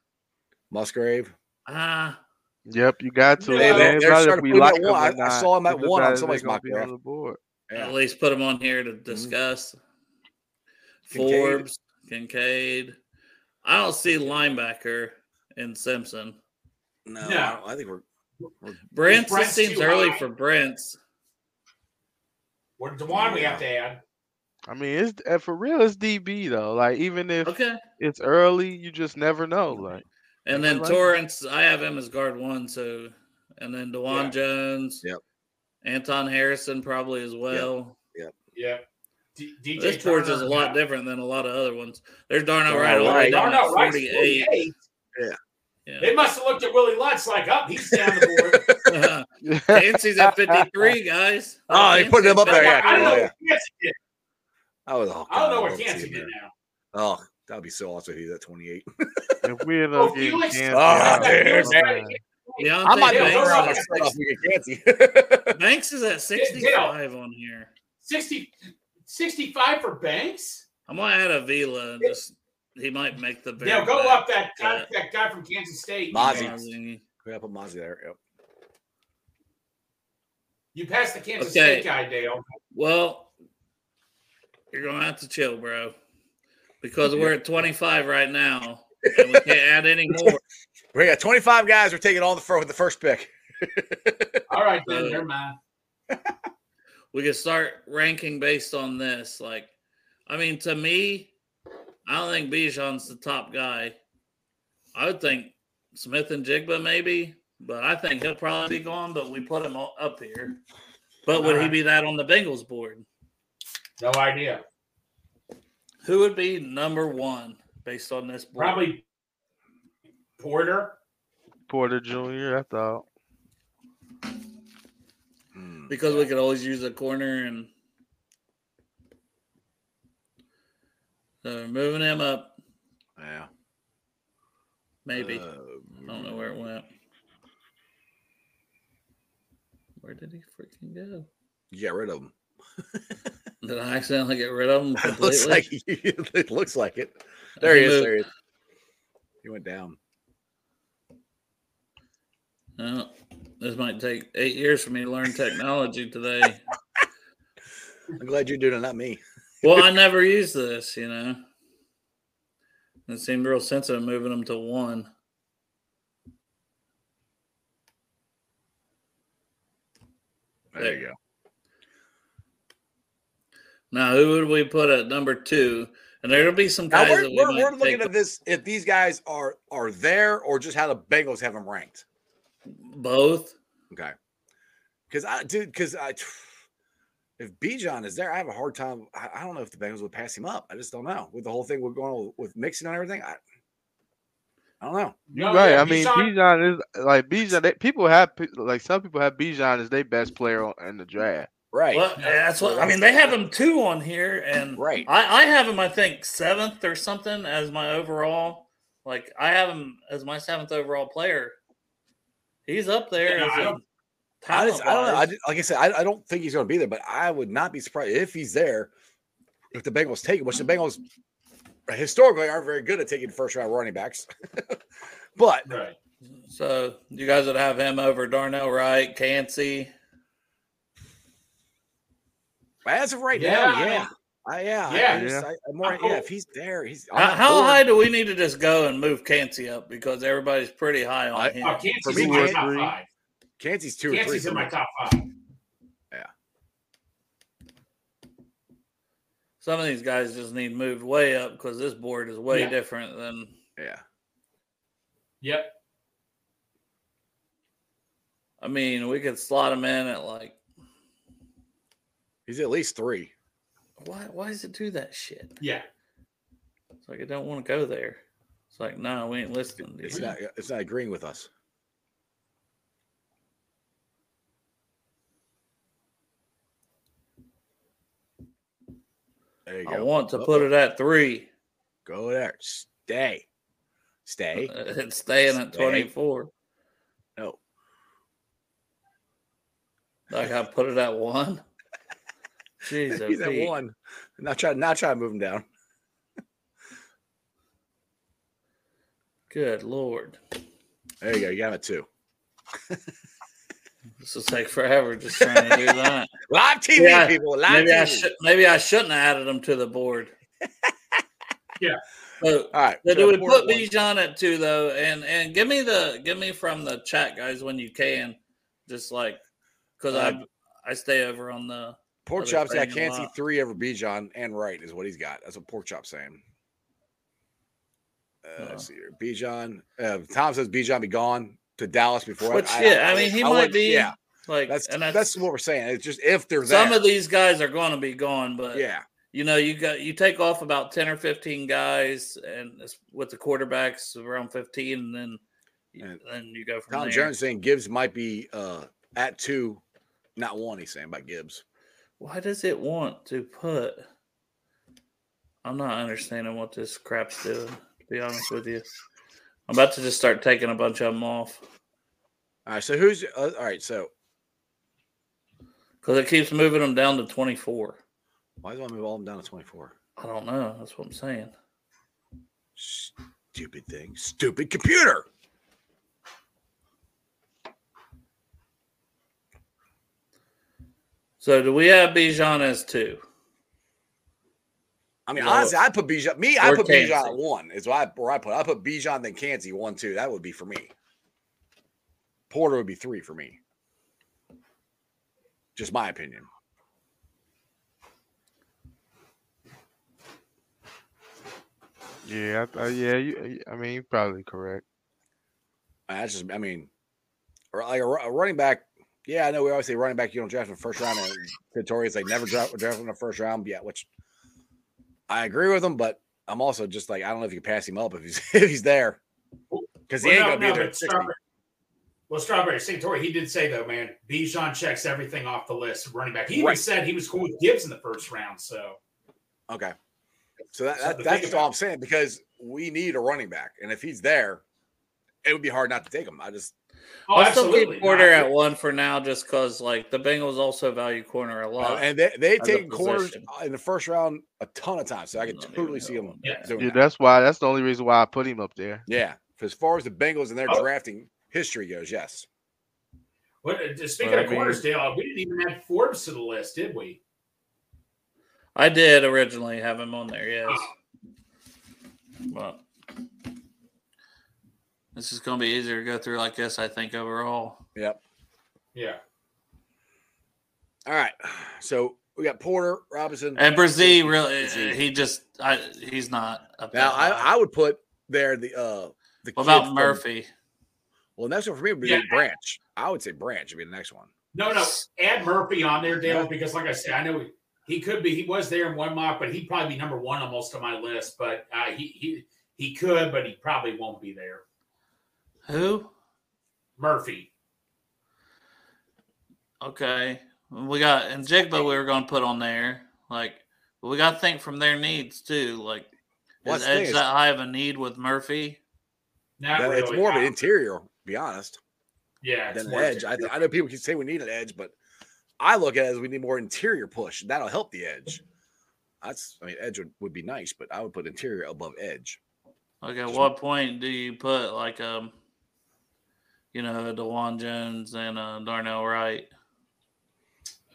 F: Musgrave.
C: Ah,
G: Yep, you got to.
E: Hey,
G: It
E: man,
G: ain't
F: they're
G: about
F: starting
G: if we
F: to put
G: like
F: him at
G: them or
F: one. I- I
G: not.
F: saw him at
G: It's about
F: one on
G: if they're
F: somebody's
G: gonna
F: mock
G: be on
F: draft.
G: the board.
F: Yeah. Mm-hmm.
C: at least put them on here to discuss.
F: Kincaid.
C: Forbes, Kincaid. I don't see linebacker in Simpson.
F: No, I,
E: No.
F: don't- I think we're
C: Brent's,
E: Brent's
C: this seems
E: too
C: early
E: high.
C: for Brent's.
E: What Dewan we have to add?
G: I mean, it's eh, for real. It's DB though. Like even if
C: Okay.
G: it's early, you just never know. Like
C: And then
G: Right.
C: Torrance, I have him as guard one, so and then Dewan
E: Yeah.
C: Jones,
F: Yep.
C: Anton Harrison probably as well.
E: Yeah. D- DJ
C: This board's is a
E: Turner.
C: lot different than a lot of other ones. There's Darnell
F: Darnell
C: Wright all the way
F: Wright.
C: down at
E: Darnell Wright's
C: 48.
E: 48.
C: Yeah.
E: They must have looked at Willie Lutz like, up, he's down the board.
C: Fancy's at 53, guys.
F: Oh, they put
C: Fancy's
F: him up there,
C: back.
F: yeah.
E: I don't know
F: yeah.
E: what Yancey did.
F: I was. Oh,
E: I don't know
F: God,
E: what
F: love
E: Yancey
F: seeing
E: did
F: that.
E: now.
F: Oh, that'd be so awesome if he's at twenty eight.
G: if we end
E: Oh,
G: up getting
E: Felix-
G: Kansas,
F: Oh,
G: out,
F: dude,
G: it's
F: man.
G: fine.
C: Deontay
F: I might be
E: Yeah,
F: able to
E: they're
F: run
E: right.
F: myself
C: Banks,
F: if we get Yancey.
C: Banks is at 65 on here.
E: 60, 65 for Banks?
C: I'm gonna add Avila and just he might make the very
E: Yeah, go
C: back.
E: up that guy,
C: Yeah.
E: that guy from Kansas State.
F: Mozzie.
E: You,
F: yeah, put Mozzie there. Yep.
E: you passed the Kansas
C: Okay.
E: State guy, Dale.
C: Well, you're gonna have to chill, bro, because
F: Yeah.
C: we're at 25 right now, and we can't add any more.
F: We got twenty five guys. We're taking all the first with the first pick.
E: All right, then.
C: Uh,
E: never mind.
C: We can start ranking based on this. Like, I mean, to me, I don't think Bijan's the top guy. I would think Smith and Jigba maybe, but I think he'll probably be gone. But we put him all up here. But would he
E: Alright.
C: be that on the Bengals board?
E: No idea.
C: Who would be number one based on this board?
E: Probably Porter.
G: Porter Jr. I
E: Oh,
G: thought.
C: because we could always use a corner and so moving him up
F: Yeah.
E: Uh,
C: maybe
F: Um,
C: i don't know where it went where did he freaking go
F: You got rid of him.
C: did i accidentally get rid of him
F: It
C: completely
F: looks like it looks like it. There he is.
C: moved-
F: There he is. He went down.
C: No, this might take eight years for me to learn technology today
F: I'm glad you're doing it, not me.
C: well i never used this you know it seemed real sensitive moving him to one
F: There you go.
C: now who would we put at number two and there'll be some
F: Now
C: guys
F: we're,
C: that we
F: we're,
C: might
F: we're looking
C: take
F: at this if these guys are are there or just how the Bengals have them ranked.
C: both
F: Okay. Because I dude, because I if Bijan is there, I have a hard time. I, I don't know if the Bengals would pass him up. I just don't know. With the whole thing we're going on with mixing and everything, I I don't know.
G: You're
E: No,
G: right.
E: yeah,
G: I mean,
E: Bijan-
G: Bijan is like Bijan. They, people have pe- like some people have Bijan as their best player on, in the draft.
F: Right.
C: Well, that's what I mean. They have him two on here, and
F: Right.
C: I, I have him, I think, seventh or something as my overall. Like I have him as my seventh overall player. He's up there.
E: Yeah,
C: as
E: I
C: a
E: don't-
F: I, just, I don't know. I
C: talent-wise.
F: ju- like I said, I, I don't think he's going to be there, but I would not be surprised if he's there. If the Bengals take him, which the Bengals historically aren't very good at taking first round running backs, but
E: Right.
C: so you guys would have him over Darnell Wright, Cansey.
F: as of right
E: Yeah,
F: now,
E: I
F: yeah,
E: mean-
F: I, yeah, I,
E: Yeah.
F: just- I, am more,
E: I'm
F: yeah.
E: cool.
F: If he's there, he's on
C: How,
F: that
C: how
F: board.
C: high do we need to just go and move Cansey up because everybody's pretty high on
F: I-
C: him?
E: Oh, Kansas
F: For
E: is
F: me,
E: in my
F: Kansas-
E: top five.
F: Kansas two
E: Kansas
F: or
E: is
F: three.
E: in
F: for
E: my
F: me.
E: top five.
C: Some of these guys just need moved way up because this board is way
E: Yeah.
C: different than
F: Yeah,
E: Yep.
C: I mean, we could slot him in at like
F: he's at least three.
C: why why does it do that shit?
E: Yeah.
C: It's like I don't want to go there. It's like no, we ain't listening to
F: It's
C: you.
F: not. It's not agreeing with us. There you go.
C: I want to
F: Oh,
C: put it at three.
F: Go there. Stay. Stay.
C: It's staying at
F: Stay.
C: twenty four.
F: No.
C: Like I put it at one. Jeez, oh,
F: He's at
C: Pete.
F: one. Now try, now try to move him down.
C: Good lord.
F: There you go. You got him at two.
C: This will take forever just trying to do that.
F: Live TV,
C: Yeah,
F: people. Live
C: maybe I
F: TV.
C: should maybe I shouldn't have added them to the board.
E: Yeah.
C: So,
F: All right.
C: so
F: so
C: do we
F: four
C: put
F: to one.
C: Bijan at two though? And and give me the give me from the chat guys when you can. Just like because
F: Uh,
C: I I stay over on the
F: Pork
C: other
F: chops. I
C: thing a
F: can't see
C: lot.
F: three over Bijan and Wright is what he's got. That's what pork chop's saying. Uh,
C: Uh.
F: let's see here. Bijan. Uh, Tom says Bijan be gone to Dallas before.
C: Which, yeah, I mean, he might
F: wouldn't-
C: be,
F: Yeah,
C: like
F: that's
C: and
F: that's, what we're saying. It's just if they're
C: some
F: that.
C: of these guys are gonna be gone, but
F: yeah,
C: you know, you got you take off about ten or fifteen guys, and it's with the quarterbacks around fifteen, and then
F: And
C: then you go from
F: Tom
C: there.
F: Jones saying Gibbs might be uh, at two, not one. He's saying about Gibbs.
C: Why does it want to put? I'm not understanding what this crap's doing. To be honest with you, I'm about to just start taking a bunch of them off
F: All right. So who's uh, all right? So
C: because it keeps moving them down to 24.
F: why do I move all of them down to twenty four?
C: I don't know. That's what I'm saying.
F: Stupid thing. Stupid computer.
C: So do we have Bijan as two?
F: I mean,
C: No.
F: honestly, I put Bijan. Me, I
C: Or
F: put Bijan
C: Kansi.
F: at one. Is what I, where I put. I put Bijan then Kansi one two. That would be for me. Porter would be three for me. Just my opinion.
G: Yeah, I, I, yeah. You, I mean, you're probably correct.
F: I that's just. I mean, or like a, ru- a running back. Yeah, I know we always say running back. You don't draft in the first round. And Vittoria's like never draft draft in the first round. Yeah, which I agree with him, but I'm also just like I don't know if you can pass him up if he's if he's there because he ain't
E: Well,
F: gonna
E: no,
F: be there.
E: but
F: at 60.
E: Strawberry- Well, Strawberry Sanctori, he did say though, man, Bijan checks everything off the list of running back. He even
F: Right.
E: said he was cool with Gibbs in the first round. So
F: Okay. So that,
E: Something
F: that
E: to
F: that's
E: think
F: all
E: about.
F: I'm saying because we need a running back, and if he's there, it would be hard not to take him. I just
E: oh,
C: I'll still keep
E: absolutely.
C: Porter
E: No,
C: at one for now, just because like the Bengals also value corner a lot.
F: Oh, uh, and they they've
C: As a
F: taken corners
C: position.
F: in the first round a ton of times, so I can
C: Not even
F: totally see him
C: know.
F: doing
G: Yeah,
F: that.
G: that's why. That's the only reason why I put him up there.
F: Yeah, as far as the Bengals and their
E: Oh.
F: drafting history goes, yes.
E: What, uh, speaking
C: Well, I
E: of
C: mean-
E: corners, Dale, we didn't even add Forbes to the list, did we?
C: I did originally have him on there, yes. But this is going to be easier to go through like this, I think, overall.
F: Yep.
E: Yeah.
F: All right. So we got Porter Robinson.
C: And Brzee really, uh,
F: Brzee.
C: he just, I he's not up
F: now
C: that
F: I,
C: high.
F: I would put there the uh the
C: what
F: kid
C: about
F: from-
C: Murphy?
F: Well, next one for me would be
E: Yeah.
F: Branch. I would say Branch would be the next one.
E: No, no. Add Murphy on there, Dale, because like I said, I know he, he could be. He was there in one mock, but he'd probably be number one on most of my list. But uh, he he he could, but he probably won't be there.
C: Who?
E: Murphy.
C: Okay. We got, and Jigba we were going to put on there. Like, but we got to think from their needs too. Like,
F: Well,
C: is
F: that's the thing
C: Edge
F: is-
C: that high of a need with Murphy?
E: Not
F: That-
E: really.
F: it's more of an
E: Uh,
F: interior, to be honest.
E: yeah. it's
F: than
E: more
F: an edge. I, th- I know people keep saying we need an edge, but I look at it as we need more interior push. That'll help the edge. That's I mean, edge would, would be nice, but I would put interior above edge.
C: Like, at
F: Just-
C: what point do you put like um, you know, Dewan Jones and uh, Darnell Wright?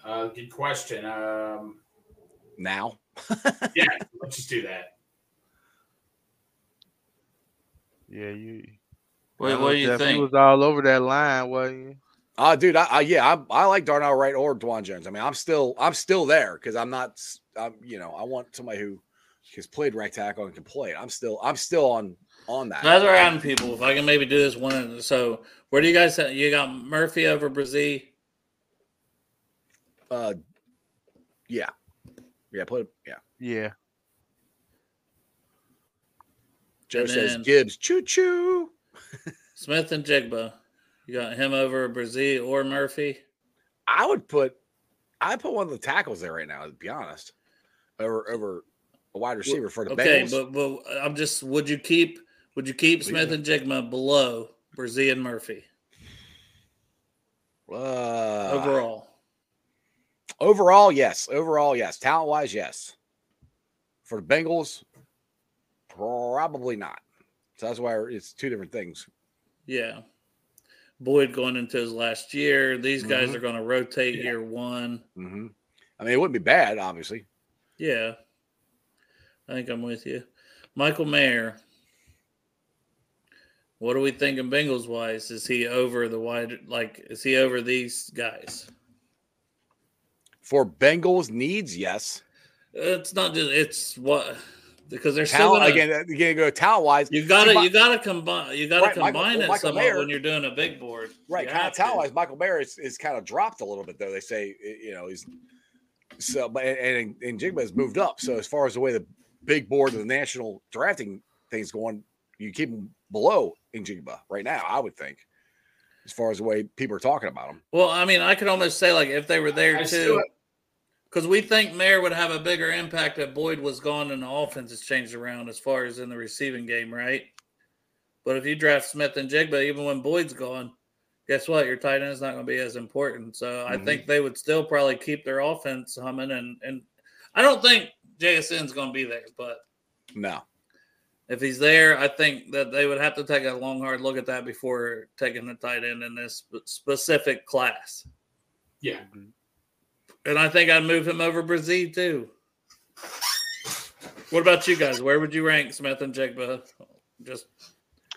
E: Uh, good question. Um,
F: Now,
E: yeah, let's just do that.
G: Yeah, you.
C: What,
G: Well,
C: what do you
G: Jeff,
C: think?
G: was all over that line, wasn't you?
F: uh, dude, I, I yeah, I, I like Darnell Wright or Dwan Jones. I mean, I'm still I'm still there because I'm not. s- I'm you know I want somebody who has played right tackle and can play it. I'm still I'm still on on that.
C: That's where I'm people. If I can maybe do this one, so where do you guys? have- You got Murphy over Brazil.
F: Uh, yeah, yeah, put yeah.
G: Yeah.
F: Joe
C: And
F: says
C: then-
F: Gibbs, choo choo.
C: Smith and Jigba. You got him over Brazil or Murphy.
F: I would put I put one of the tackles there right now, to be honest. Over over a wide receiver for the
C: Okay,
F: Bengals.
C: but, but I'm just. Would you keep? Would you keep Smith and Jigba below Brazil and Murphy
F: uh,
C: overall?
F: Overall, yes. Overall, yes. Talent wise, yes. For the Bengals, probably not. So that's why it's two different things.
C: Yeah. Boyd going into his last year. These guys
F: Mhm.
C: are going to rotate
F: Yeah.
C: year one.
F: hmm I mean, it wouldn't be bad, obviously.
C: Yeah. I think I'm with you. Michael Mayer. What are we thinking Bengals wise? Is he over the wide like is he over these guys?
F: For Bengals needs, yes.
C: It's not just it's what because they're still
F: Talent
C: gonna,
F: again, again, go talent wise.
C: You gotta
F: See, Mi-
C: you gotta combine you gotta
F: Right, Michael-
C: combine
F: well,
C: it
F: Michael
C: somewhat
F: Mayer-
C: when you're doing a big board.
F: Right,
C: You
F: kind
C: have
F: of
C: to.
F: talent wise, Michael Mayer is, is kind of dropped a little bit though. They say y- you know he's so, but and and Jigba's moved up. So as far as the way the big board of the national drafting thing's going, you keep him below in Jigba right now. I would think, as far as the way people are talking about him.
C: Well, I mean, I could almost say like if they were there
E: I see
C: too,
E: it.
C: because we think Mayer would have a bigger impact if Boyd was gone and the offense has changed around as far as in the receiving game, right? But if you draft Smith and Jigba, even when Boyd's gone, guess what? Your tight end's not going to be as important. So I
F: Mhm.
C: think they would still probably keep their offense humming, and and I don't think JSN's going to be there, but
F: No,
C: if he's there, I think that they would have to take a long, hard look at that before taking the tight end in this sp- specific class. Mm-hmm.
E: Yeah.
C: And I think I'd move him over Brazil too. What about you guys? Where would you rank Smith and Jigba? Just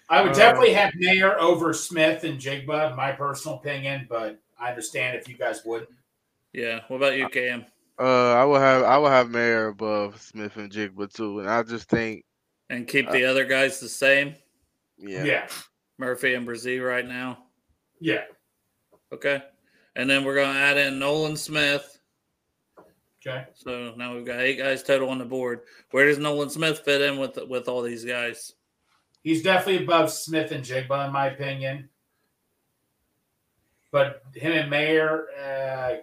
E: I would
C: Uh,
E: definitely have Mayer over Smith and Jigba, in my personal opinion, but I understand if you guys wouldn't.
C: yeah. What about you, Cam?
G: Uh, I will have I will have Mayer above Smith and Jigba too, and I just think
C: And keep the other guys the same,
G: yeah,
E: Yeah. Yeah.
C: Murphy and Brazil right now. Okay. And then we're gonna add in Nolan Smith.
E: Okay.
C: So now we've got eight guys total on the board. Where does Nolan Smith fit in with with all these guys?
E: He's definitely above Smith and Jigba, in my opinion. But him and Mayer, uh,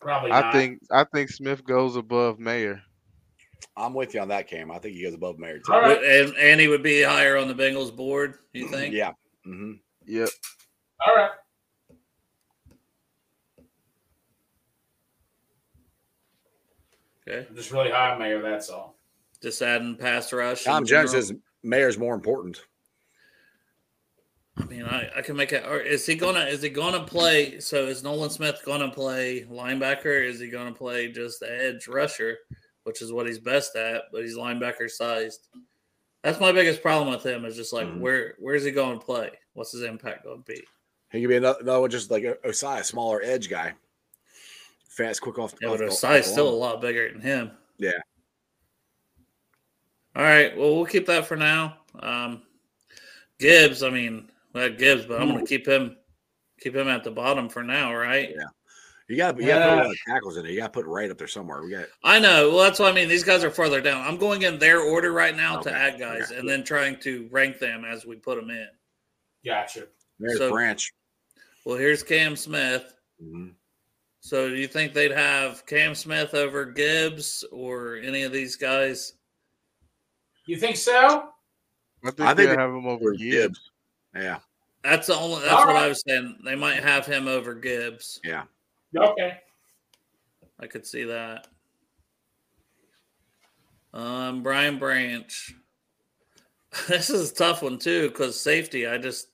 E: probably
G: I
E: not.
G: think I think Smith goes above Mayer.
F: I'm with you on that, Cam. I think he goes above Mayer. too.
E: All right. Mm,
C: And and he would be higher on the Bengals board, you think?
F: Yeah. hmm
G: Yep.
E: All right.
C: Okay.
E: I'm just really high on Mayer, that's all.
C: Just adding pass rush.
F: Tom
C: in
F: Jones
C: general.
F: says Mayer's more important.
C: I mean, I, I can make it. Or is he gonna is he gonna play? So is Nolan Smith gonna play linebacker? Is he gonna play just edge rusher, which is what he's best at? But he's linebacker sized. That's my biggest problem with him. Is just like
E: Mm.
F: Mhm.
C: where where's he going to play? What's his impact going to be?
F: He could be another, another one just like Osai, a smaller edge guy, fast, quick off.
C: Yeah,
F: off
C: but
F: the- off
C: Osai's
F: the
C: still a
F: line.
C: lot bigger than him.
F: Yeah.
C: All right. Well, we'll keep that for now. Um, Gibbs. I mean, well, Gibbs, but
F: Hmm.
C: I'm going to keep him keep him at the bottom for now, right?
F: You got to yeah. put a
E: Yeah.
F: lot of tackles in there. You got to put right up there somewhere. We got
C: I know. Well, that's what I mean. These guys are further down. I'm going in their order right now to
F: Okay,
C: add guys
F: okay.
C: and then trying to rank them as we put them in.
E: Gotcha.
F: there's
C: So-
F: Branch.
C: Well, here's Cam Smith.
F: Mhm.
C: So, do you think they'd have Cam Smith over Gibbs or any of these guys?
E: You think so?
G: I think,
F: I
G: I
F: think
G: think they
F: they-
G: have him over
F: Or
G: Gibbs.
F: Gibbs. Yeah,
C: That's the only. That's
E: All
C: what
E: right.
C: I was saying. They might have him over Gibbs.
E: Okay.
C: I could see that. Um, Brian Branch. this is a tough one too because safety. I just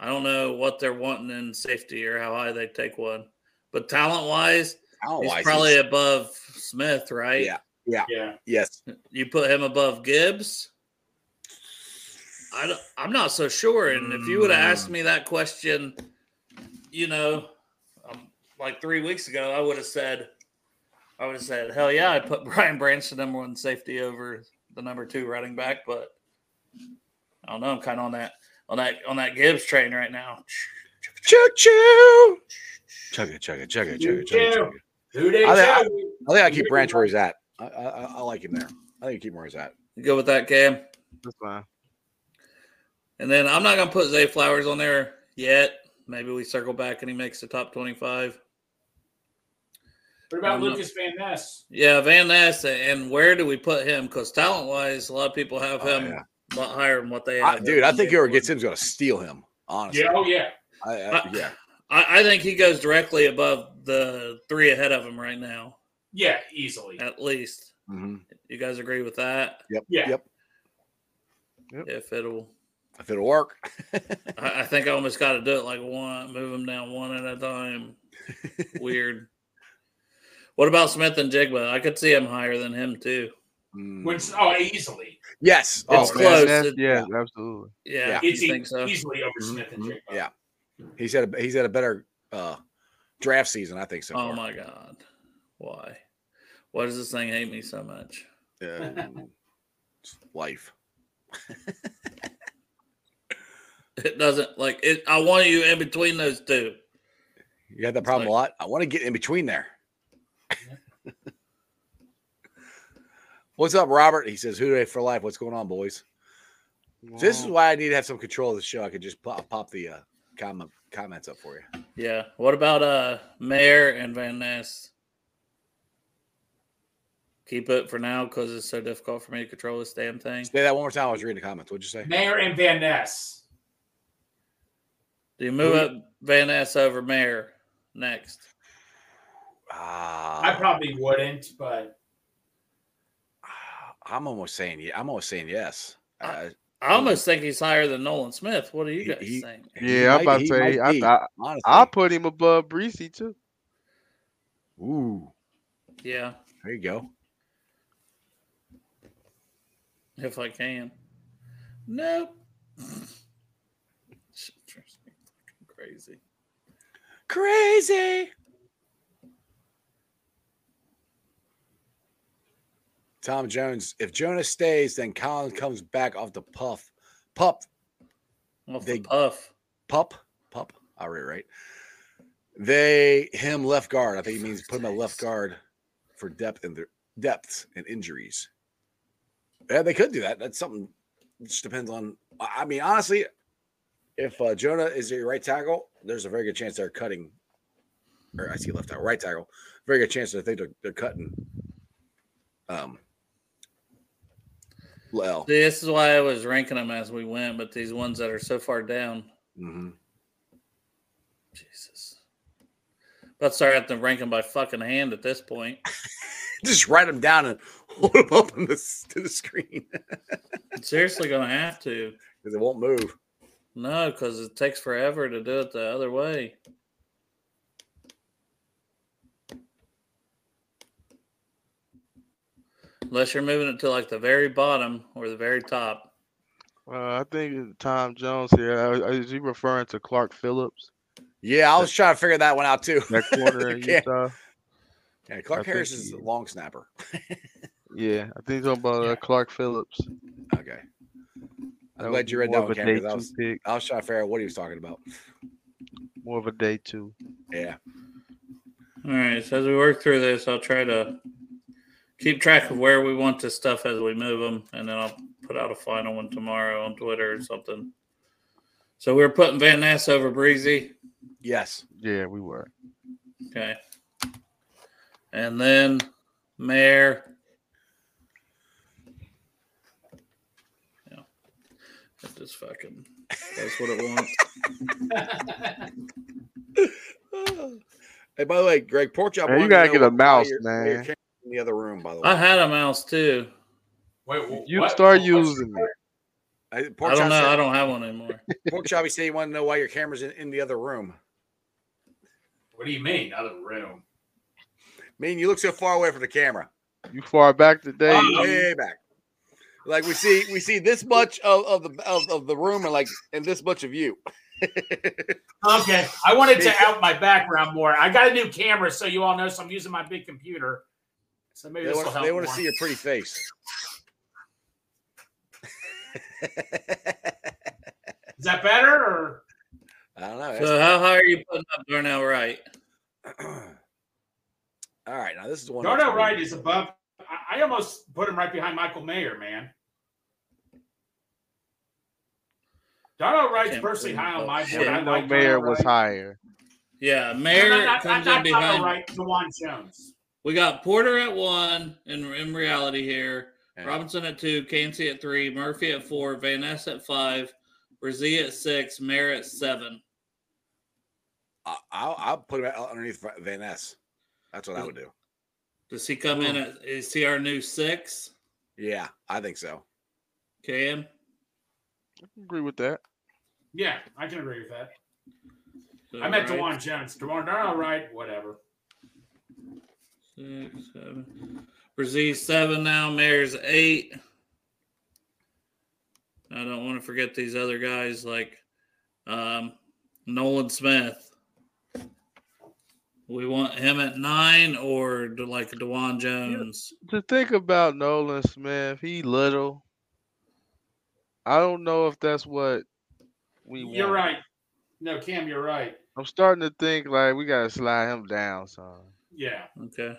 C: I don't know what they're wanting in safety or how high they take one. But talent wise, he's
F: Talent-wise,
C: probably
F: he's-
C: above Smith, right?
F: Yeah.
E: Yeah.
F: yes.
C: You put him above Gibbs. I don't, I'm not so sure. And if you would have asked me that question, you know, um, like three weeks ago, I would have said, I would have said, hell yeah, I put Brian Branch the number one safety over the number two running back. But I don't know. I'm kind of on that on that on that Gibbs train right now.
F: Choo choo. Chugga chugga chugga chugga chugga.
E: Choo-choo.
F: chugga.
E: Who did
F: I- I-
E: you?
F: I think I keep Branch where he's at. I, I, I- I like him there. I think you keep him where he's at.
C: You go with that, Cam.
G: That's fine.
C: And then I'm not gonna put Zay Flowers on there yet. Maybe we circle back and he makes the top 25.
E: What about
C: I'm not-
E: Lucas Van Ness?
C: Yeah, Van Ness, and where do we put him? Because talent wise, a lot of people have
F: Oh,
C: him
F: yeah.
C: a lot higher than what they
F: I-
C: have.
F: dude, I think whoever gets him is going to steal him. Honestly,
E: Yeah. Oh yeah.
F: I, I,
C: I-
F: yeah.
C: I, I think he goes directly above the three ahead of him right now,
E: Yeah, easily.
C: at least.
F: Mhm.
C: You guys agree with that?
F: Yep.
E: Yeah.
F: Yep.
C: If it'll,
F: If it'll work.
C: I, I think I almost got to do it like one, move them down one at a time. Weird. What about Smith and Jigba? I could see him higher than him too.
F: Mm.
E: Which oh, easily.
F: yes.
C: It's
F: oh,
C: close.
F: man.
G: That's-
C: it-
G: yeah, absolutely.
C: Yeah,
E: It's
C: you
E: e-
C: think so?
E: easily over
F: Mhm,
E: Smith and
F: mhm.
E: Jigba.
F: Yeah. He's had a he's had a better uh draft season, I think so.
C: Oh
F: far.
C: my god, why? Why does this thing hate me so much?
F: Um, it's life.
C: It doesn't like it. I want you in between those two.
F: You got that problem a lot. I want to get in between there. What's up, Robert? He says, "Who for life?" What's going on, boys? This is
G: Wow.
F: why I need to have some control of the show. I could just pop, pop the uh, comment comments up for you.
C: Yeah. What about uh Mayer and Van Ness? Keep it for now because it's so difficult for me to control this damn thing.
F: Say that one more time. I was reading the comments. What'd you say?
E: Mayor and Van Ness.
C: Do you move up Van Ness over Mayer next?
E: I
F: Ah,
E: probably wouldn't, but
F: I'm almost saying yeah. I'm almost saying yes. Uh,
C: I almost think he's higher than Nolan Smith. What do you
F: He-
C: guys
F: he-
C: think?
F: he
G: Yeah, I'm
F: might-
G: about to
F: he
G: say.
F: might
G: I,
F: be,
G: I,
F: honestly.
G: I put him above Breesy too.
F: Ooh,
C: Yeah,
F: there you go.
C: if I can. Nope. Shit drives me fucking Crazy.
F: Crazy. Tom Jones. If Jonah stays, then Colin comes back off the puff. Pup.
C: Off
F: They-
C: the puff.
F: Pup. Pup. I'll read it right. They him left guard. I think he means put him at left guard for depth and their depths and injuries. Yeah, they could do that. That's something it just depends on I I mean, honestly, if uh, Jonah is your right tackle, there's a very good chance they're cutting or I see left tackle, right tackle. Very good chance that they they're, they're cutting um well
C: See, This is why I was ranking them as we went, but these ones that are so far down,
F: mhm.
C: Jesus. About to start having to rank them by fucking hand at this point.
F: just write them down and hold them up on this to the screen
C: I'm seriously going to have to.
F: because it won't move.
C: No, because it takes forever to do it the other way. Unless you're moving it to like the very bottom or the very top.
G: Uh, I think Tom Jones here. uh, Is he referring to Clark Phillips,
F: Yeah, I was trying to figure that one out too.
G: that corner in
F: Yeah.
G: Utah?
F: Yeah, Clark
G: I think
F: Harris is
G: he
F: a
G: is.
F: long snapper.
G: Yeah, I think he's talking about
E: Yeah.
G: uh, Clark Phillips.
F: Okay,
G: would
F: glad
G: be
F: you read
G: more
F: that
G: of
F: one,
G: a
F: Cam, 'cause
G: day
F: I
G: two
F: was-
G: pick,
F: I was trying to figure out what he was talking about.
G: more of a day two.
F: Yeah,
C: All right. So as we work through this, I'll try to keep track of where we want this stuff as we move them, and then I'll put out a final one tomorrow on Twitter or something. So we were putting Van Ness over Breezy.
F: yes,
G: Yeah, we were.
C: Okay. And then Mayor. Yeah. It just fucking that's what it wants.
F: Hey, by the way, Greg Porkchop,
G: Hey, you
F: wanted to
G: gotta
F: know
G: get a
F: why
G: mouse,
F: your- why your
G: man.
F: camera's In the other room, by the way,
C: I had a mouse too.
E: wait, wh-
G: You
E: what-
G: start
E: what's-
G: using it.
F: I,
C: I
F: Porkchop
C: don't know.
F: said-
C: I don't have one anymore.
F: Porkchop, he said he wanted to know why your camera's in, in the other room.
E: What do you mean, other room?
F: Mean you look so far away from the camera,
G: You far back today.
E: Oh,
F: way back. Like we see, we see this much of, of the of, of the room, and like and this much of you.
E: Okay, I wanted to out my background more. I got a new camera, so you all know. So I'm using my big computer. So maybe
F: They
E: this will
F: want,
E: help.
F: they want to
E: more.
F: see your pretty face.
E: Is that better? Or
F: I don't know. that's-
C: So how high are you putting up Darnell Wright?
F: All right, now this is one. that's
E: Darnell
F: gonna
E: Wright
F: be-
E: is above. I, I almost put him right behind Michael Mayer, man. Darnell Wright's
C: Can't
E: personally
C: believe
E: high on
C: that
E: my
C: shit.
E: board. I
G: Daniel
E: like
G: Mayer
E: Darnell
G: was
E: Wright.
G: higher.
C: Yeah,
E: No,
C: Mayor
E: no, not,
C: comes
E: not
C: in
E: Darnell
C: behind.
E: Wright, Dewan Jones.
C: We got Porter at one in, in reality here.
F: Yeah.
C: Robinson at two, KMC at three, Murphy at four, Van Ness at five, Brazil at six, Mayor at seven.
F: I, uh, I'll, I'll put him out underneath Van Ness. That's what I would do.
C: Does he come in? At, is he our new six?
F: Yeah, I think so.
C: Cam.
G: Agree with that.
E: Yeah, I can agree with that.
C: So,
E: I meant
C: right,
E: Dewan Jones. Dewan, no, no, right, whatever.
C: Six, seven. Brzee seven now. Mayor's eight. I don't want to forget these other guys like um, Nolan Smith. We want him at nine or do- like Dewan Jones.
G: To think about Nolan Smith, he little. I don't know if that's what we want.
E: You're right. No, Cam, you're right.
G: I'm starting to think like we gotta slide him down, son.
E: Yeah.
C: Okay.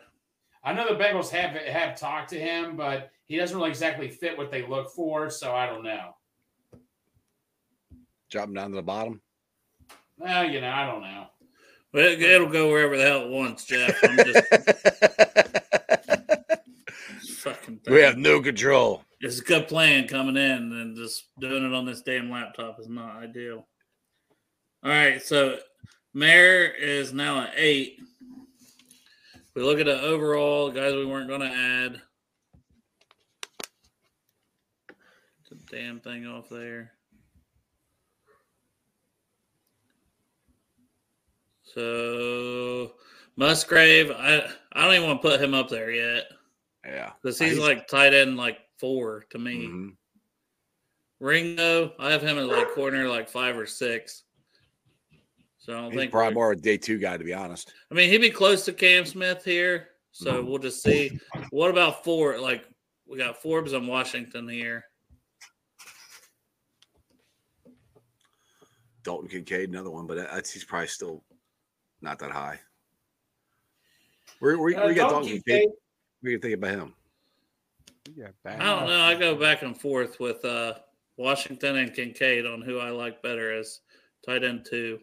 E: I know the Bengals have have talked to him, but he doesn't really exactly fit what they look for, so I don't know.
F: Drop him down to the bottom.
E: Well, you know, I don't know.
C: Well, it- it'll go wherever the hell it wants, Jeff. I'm just fucking.
F: we have no control.
C: It's a good plan coming in, and just doing it on this damn laptop is not ideal. All right, so Mayor is now an eight. We look at the overall guys we weren't going to add. The damn thing off there. So Musgrave, I I don't even want to put him up there yet
F: Yeah.
C: because he's
F: He's-
C: like tight end like four to me.
F: Mhm.
C: Ringo, I have him at like corner like five or six. So I don't
F: He's
C: think
F: probably
C: we're-
F: more a day two guy, to be honest.
C: I mean he'd be close to Cam Smith here. So
F: Mm-hmm.
C: we'll just see. What about four? Like we got Forbes and Washington here.
F: Dalton Kincaid, another one, but that's, he's probably still not that high. Where, where, where
E: Uh,
F: you got
E: Dalton
F: Dalton
E: Kincaid-
F: Kincaid? What are you thinking about him?
G: We got
C: I
G: back.
C: don't know. I go back and forth with uh Washington and Kincaid on who I like better as tight end two.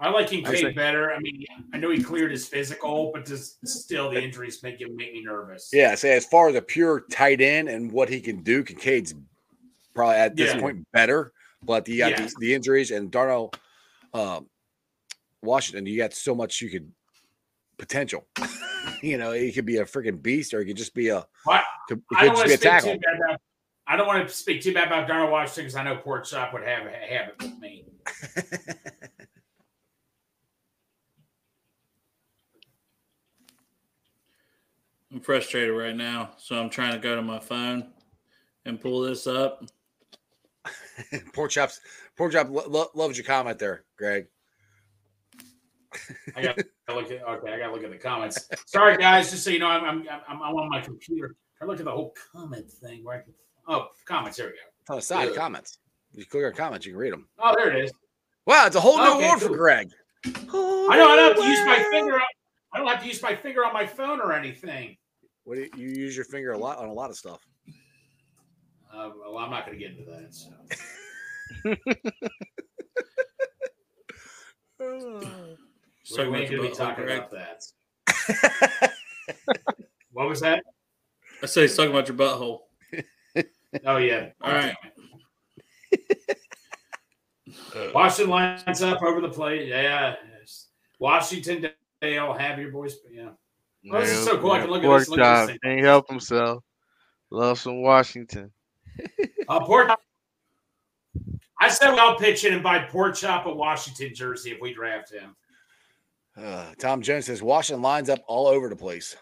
E: I like
G: I say-
E: Kincaid better. I mean, I know he cleared his physical, but just still the injuries make him make me nervous.
F: Yeah, say as far as a pure tight end and what he can do, Kincaid's probably at this
E: Yeah.
F: point better. But you got
E: Yeah.
F: the, the injuries and Darnell um, Washington, you got so much you could potential. you know, he could be a freaking beast, or he could just be a
E: Well,
F: could,
E: I
F: could
E: don't
F: just
E: want
F: be
E: to
F: a
E: speak too
F: tackle.
E: bad about. I don't want to speak too bad about Darnell Washington because I know Port Shop would have have it with me.
C: I'm frustrated right now, so I'm trying to go to my phone and pull this up.
F: Pork chops, pork chop lo- lo- loves your comment there, Greg.
E: I got to look at okay. I got to look at the comments. Sorry, guys. Just so you know, I'm I'm, I'm, I'm on my computer. I look at the whole comment thing where I can. Oh, comments. Here we go.
F: It's on the side
E: Yeah.
F: comments. You click on comments, you can read them.
E: Oh, there it is.
F: Wow, it's a whole new
E: Okay,
F: world for
E: cool.
F: Greg.
E: I know I don't have to use my finger. On, I don't have to use my finger on my phone or anything.
F: What do you, you use your finger a lot on a lot of stuff?
E: Uh, well, I'm not going to get into that. So.
H: 嗯
C: So
E: we
C: much
E: ain't going to
C: butthole
E: be talking
C: Greg.
E: about that. What was that?
C: I say talk about your butthole.
E: Oh yeah.
C: All right.
E: Washington lines up over the plate. Yeah. Washington Dale, have your boys. Yeah. Oh, this is so cool. I can look at this,
G: Pork
E: look at this
G: chop
E: thing.
G: can't help himself. Love some Washington.
E: Uh, pork. I said I'll pitch in and buy pork chop a Washington jersey if we draft him.
F: Uh, Tom Jones says Washington lines up all over the place.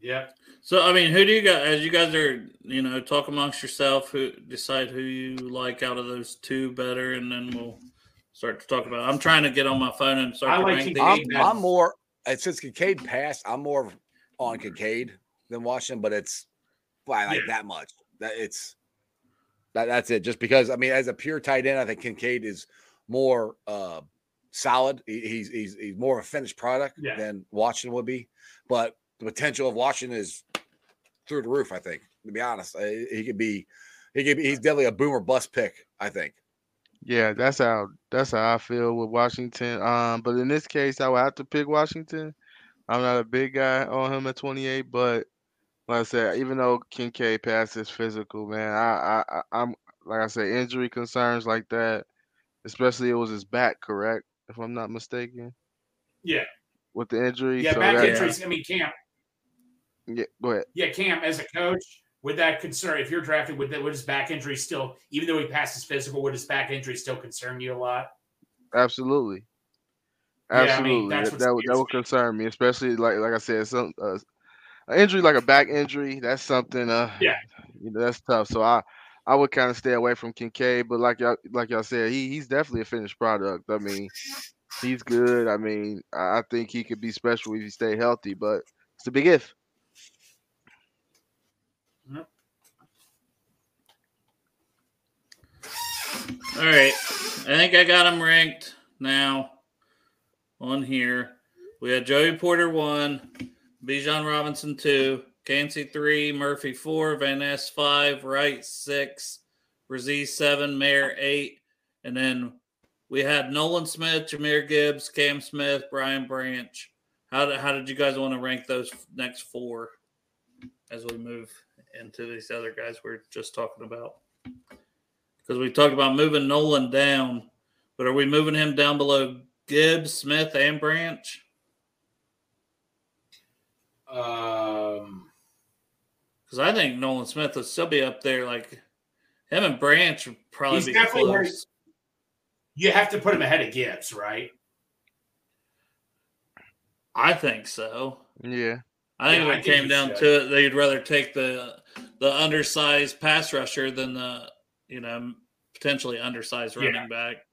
E: Yep.
C: So I mean, who do you guys? As you guys are, you know, talk amongst yourself. Who decide who you like out of those two better, and then we'll start to talk about. It. I'm trying to get on my phone and start
E: I
C: to
E: like
C: rank
E: to-
C: the
F: I'm,
C: eight.
F: I'm more uh, since Kincaid passed, I'm more on Kincaid than Washington, but it's by like
E: Yeah.
F: that much. That it's that, that's it. Just because I mean, as a pure tight end, I think Kincaid is more uh solid. He, he's he's he's more of a finished product
E: Yeah.
F: than Washington would be. But the potential of Washington is through the roof. I think, to be honest, Uh, he could be. He could be, he's definitely a boomer bust pick. I think.
G: Yeah, that's how that's how I feel with Washington. Um, but in this case, I would have to pick Washington. I'm not a big guy on him at 28, but like I said, even though Kincaid passed his physical, man, I, I I- I'm like I said, injury concerns like that, especially it was his back, correct? if I'm not mistaken,
E: Yeah,
G: with the injury.
E: yeah.
G: so
E: back
G: that-
E: injuries. I mean, Cam.
G: yeah, go ahead.
E: Yeah, Cam. As a coach, would that concern if you're drafted? Would that would his back injury still, even though he passed his physical, would his back injury still concern you a lot?
G: Absolutely.
E: Yeah, I mean,
G: Absolutely.
E: that's
G: that,
E: what
G: that would, that
E: scares
G: would
E: me.
G: concern me, especially like like I said, some uh, an injury like a back injury. That's something. Uh,
E: Yeah.
G: You know, that's tough. So I I would kind of stay away from Kincaid, but like y'all like y'all said, he he's definitely a finished product. I mean, he's good. I mean, I I think he could be special if he stay healthy, but it's a big if.
C: All right. I think I got them ranked now on here. We had Joey Porter one, Bijan Robinson two, Cansey three, Murphy four, Van Ness five, Wright six, Brzee seven, Mayer eight, and then we had Nolan Smith, Jameer Gibbs, Cam Smith, Brian Branch. How did, how did you guys want to rank those next four as we move into these other guys we we're just talking about? because we talked about moving Nolan down, but are we moving him down below Gibbs, Smith, and Branch?
E: Um,
C: Because I think Nolan Smith would still be up there. Like him and Branch would probably
E: He's
C: be
E: definitely where
C: close.
E: you have to put him ahead of Gibbs, right?
C: I think so.
G: Yeah.
C: I think
E: Yeah,
C: when
E: I
C: it
E: think
C: came
E: you
C: down
E: should.
C: to it, they'd rather take the the undersized pass rusher than the you know potentially undersized
E: Yeah.
C: running back.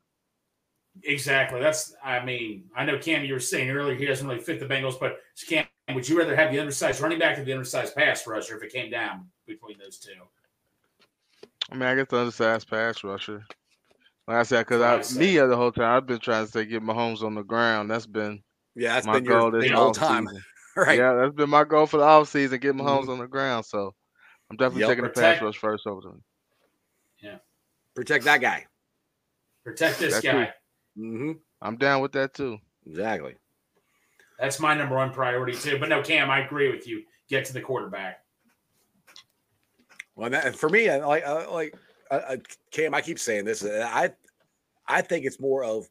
E: Exactly. That's. I mean, I know Cam. You were saying earlier he doesn't really fit the Bengals, but Cam, would you rather have the undersized running back or the undersized pass rusher if it came down between those two?
G: I mean, I guess the undersized pass rusher. Like I said,
E: That's what I
G: because
E: said.
G: I me uh, the whole time I've been trying to say get Mahomes on the ground. That's been
F: Yeah, that's
G: my
F: been your
G: goal this
F: thing the whole
G: offseason.
F: time, right? Mm-hmm.
G: Yeah, that's been my goal for the offseason, get Mahomes on the ground. So I'm definitely
F: Yep.
G: taking the pass
E: Protect-
G: rush first over them.
F: Protect that guy.
E: Protect this
G: That's
E: guy.
F: hmm
G: true. I'm down with that too.
F: Exactly.
E: That's my number one priority too. But no, Cam, I agree with you. Get to the quarterback.
F: Well, that, for me, I like I like uh, uh, Cam, I keep saying this. uh, I I think it's more of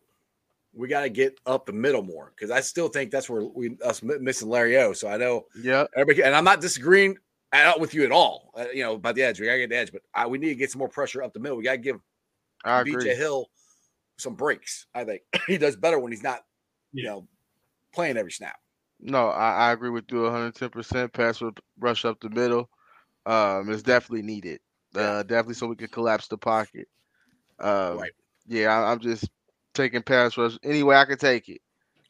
F: we got to get up the middle more because I still think that's where we us mi- missing Larry O. So I know
G: Yep.
F: everybody, and I'm not disagreeing at, with you at all. Uh, you know about the edge, we gotta get the edge, but I, we need to get some more pressure up the middle. We gotta give
G: I
F: BJ
G: agree.
F: Hill some breaks. I think he does better when he's not, you
E: Yeah.
F: know, playing every snap.
G: No, I, I agree with you 110%. Pass ru- rush up the middle. Um, it's definitely needed. Uh, definitely so we can collapse the pocket. Um,
F: Right.
G: Yeah, I, I'm just taking pass rush any way I can take it.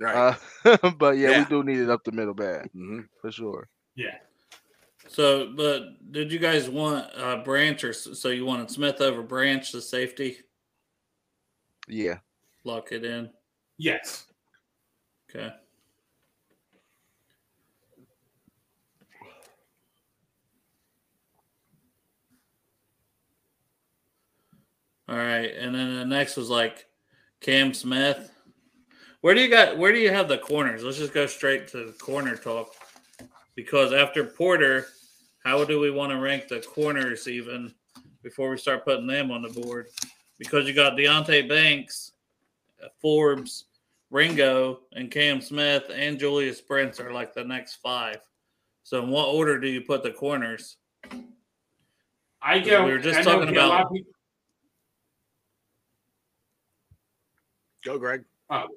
F: Right.
G: Uh, but yeah,
F: Yeah.
G: we do need it up the middle bad
F: hmm
G: for sure.
C: So, but did you guys want uh, Branch or so you wanted Smith over Branch, the safety?
G: Yeah.
C: Lock it in.
E: Yes.
C: Okay. All right, and then the next was like Cam Smith. Where do you got? Where do you have the corners? Let's just go straight to the corner talk, because after Porter, how do we want to rank the corners even before we start putting them on the board? Because you got Deontay Banks, uh, Forbes, Ringo and Cam Smith and Julius Prince are like the next five. So in what order do you put the corners?
E: I go.
C: We were just
E: I know,
C: talking
E: Cam, a lot
C: about-
E: of people-
F: Go, Greg.
E: Okay,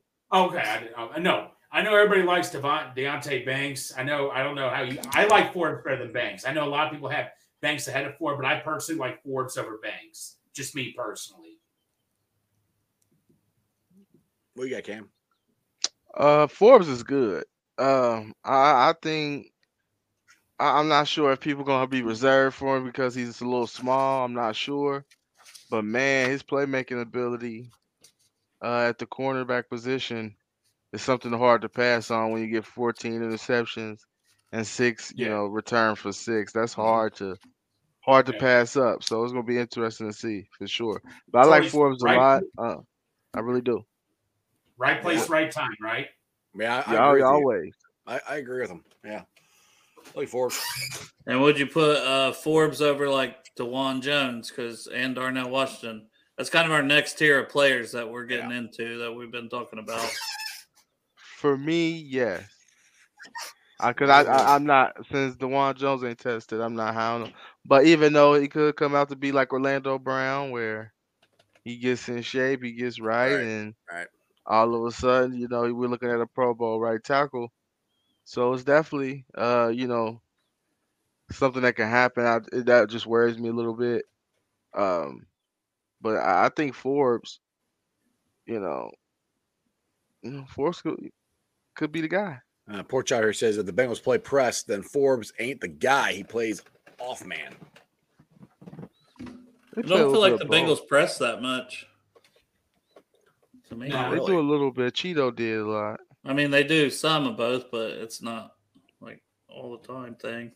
E: I, did- oh, no, I know everybody likes Devon, Deontay Banks. I know I don't know how you. I like Ford better than Banks. I know a lot of people have Banks ahead of Ford, but I personally like Forbes over Banks. Just me personally.
F: What you got, Cam?
G: Uh, Forbes is good. Um, I I think I, I'm not sure if people gonna be reserved for him because he's a little small. I'm not sure, but man, his playmaking ability uh, at the cornerback position is something hard to pass on when you get 14 interceptions and six, you
E: Yeah.
G: know, return for six. That's hard to hard to
E: Yeah.
G: pass up. So it's gonna be interesting to see for sure. But I
E: It's
G: like
E: always
G: Forbes a
E: right-
G: lot. Uh, I really do.
E: Right place, right time. Right.
F: Yeah, I, I,
G: Y'all,
F: agree with
G: y'all
F: you.
G: way.
F: I, I agree with him. Yeah. Like four.
C: And would you put uh, Forbes over like Dewan Jones because and Darnell Washington? That's kind of our next tier of players that we're getting into that we've been talking about.
G: For me, yes. I could. I, I I'm not since Dewan Jones ain't tested. I'm not high on him. But even though he could come out to be like Orlando Brown, where he gets in shape, he gets right,
F: Right,
G: and
F: right.
G: all of a sudden, you know, we're looking at a Pro Bowl right tackle. So it's definitely, uh, you know, something that can happen. I, that just worries me a little bit. Um, but I, I think Forbes, you know, you know, Forbes could, could be the guy.
F: Uh, Porch out here says if the Bengals play press, then Forbes ain't the guy. He plays off man.
C: I
G: They play a
C: don't feel
G: little
C: like
G: bit
C: the
G: of both.
C: Bengals press that much. To me,
E: No.
G: They
F: really.
G: do a little bit. Cheeto did a lot.
C: I mean they do some of both, but it's not like all the time thing.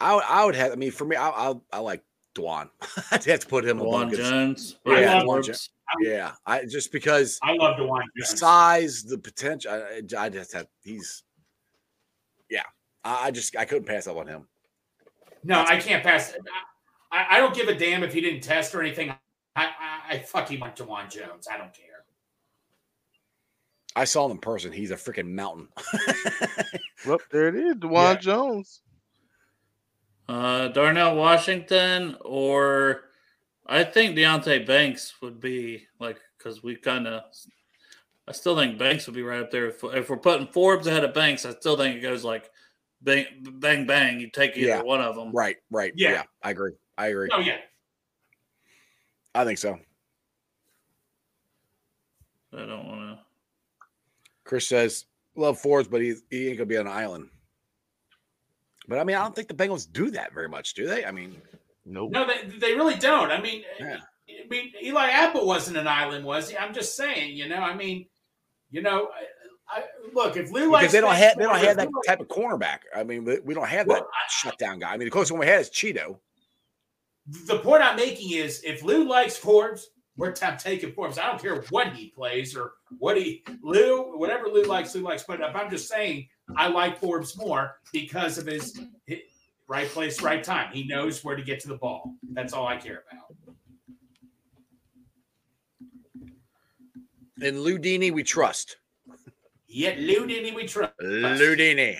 F: I would, I would have. I mean, for me, I I, I like Dwan. I'd have to put him
C: Juan
F: above. Gonz-
C: Jones,
E: Yeah,
C: Brandon
E: Juwan
C: Forbes.
F: Jones. Yeah, I just because
E: I love DeWine.
F: the
E: Jones.
F: size, the potential. I, I- I just have. He's. Yeah, I, I just I couldn't pass up on him.
E: No, I can't pass. I, I don't give a damn if he didn't test or anything. I, I, I fucking want Dewan Jones. I don't care.
F: I saw him in person. He's a freaking mountain.
G: Well, there it is. Dewan
F: Yeah.
G: Jones.
C: Uh, Darnell Washington, or I think Deontay Banks would be like because we kind of. I still think Banks would be right up there. If, if we're putting Forbes ahead of Banks, I still think it goes like bang, bang, bang. You take either
F: Yeah.
C: one of them.
F: right, right.
E: Yeah.
F: I agree. I agree.
E: No, Oh, yeah.
F: I think so.
C: I don't want
F: Chris says, love Forbes, but he, he ain't gonna be on an island. But I mean, I don't think the Bengals do that very much, do they? I mean,
G: Nope.
E: No, they, they really don't. I mean,
F: Yeah.
E: I mean, Eli Apple wasn't an island, was he? I'm just saying, you know. I mean, you know, I, I, look if Lou
F: because
E: likes
F: they don't have they don't have that
E: Lou likes-
F: type of cornerback. I mean, we, we don't have that
E: Well,
F: shutdown guy. I mean, the closest one we had is Cheeto.
E: The point I'm making is, if Lou likes Forbes, we're t- I'm taking Forbes. I don't care what he plays or what he Lou, whatever Lou likes, Lou likes. But if I'm just saying, I like Forbes more because of his, his right place, right time. He knows where to get to the ball. That's all I care about.
F: And Lou Dini, we trust.
E: Yet Lou didn't we trust.
F: Lou Dini.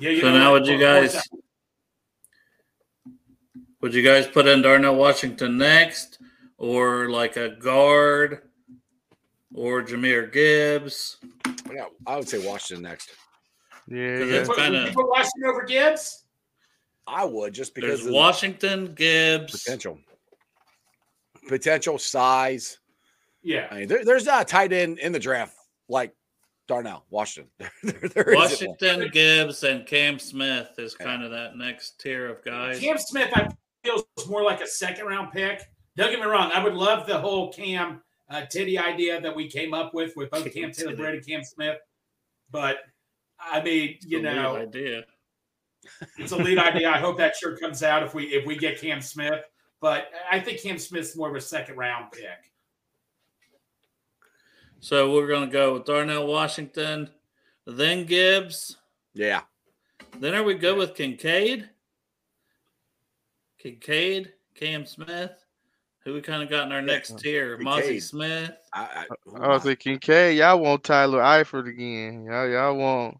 E: Yeah,
C: to. So
E: know
C: now,
E: what?
C: would you
E: Of course
C: guys
E: I-
C: would you guys put in Darnell Washington next, or like a guard, or Jameer Gibbs?
F: Yeah, I would say Washington next.
G: Yeah,
C: Because
G: yeah.
C: it's
E: What,
C: kinda-
E: you put Washington over Gibbs?
F: I would just because
C: There's
F: of the
C: Washington Gibbs.
F: potential, potential size.
E: Yeah.
F: I mean, there, there's not a tight end in the draft like Darnell Washington. There- there isn't one.
C: Washington Gibbs and Cam Smith is
F: Yeah.
C: kind of that next tier of guys.
E: Cam Smith, I feel, is more like a second round pick. Don't get me wrong. I would love the whole Cam uh, Titty idea that we came up with with both Cam Taylor Britt and Cam Smith. But, I mean, you
C: It's a weird
E: know,
C: idea.
E: it's a lead idea. I hope that sure comes out if we if we get Cam Smith. But I think Cam Smith's more of a second round pick.
C: So we're gonna go with Darnell Washington, then Gibbs.
F: Yeah,
C: Then are we good with Kincaid? Kincaid, Cam Smith. Who we kind of got in our next tier? Mozzie
F: Kincaid.
C: Smith.
F: I, I,
G: I was thinking, K, y'all want Tyler Eifert again. Y'all, y'all want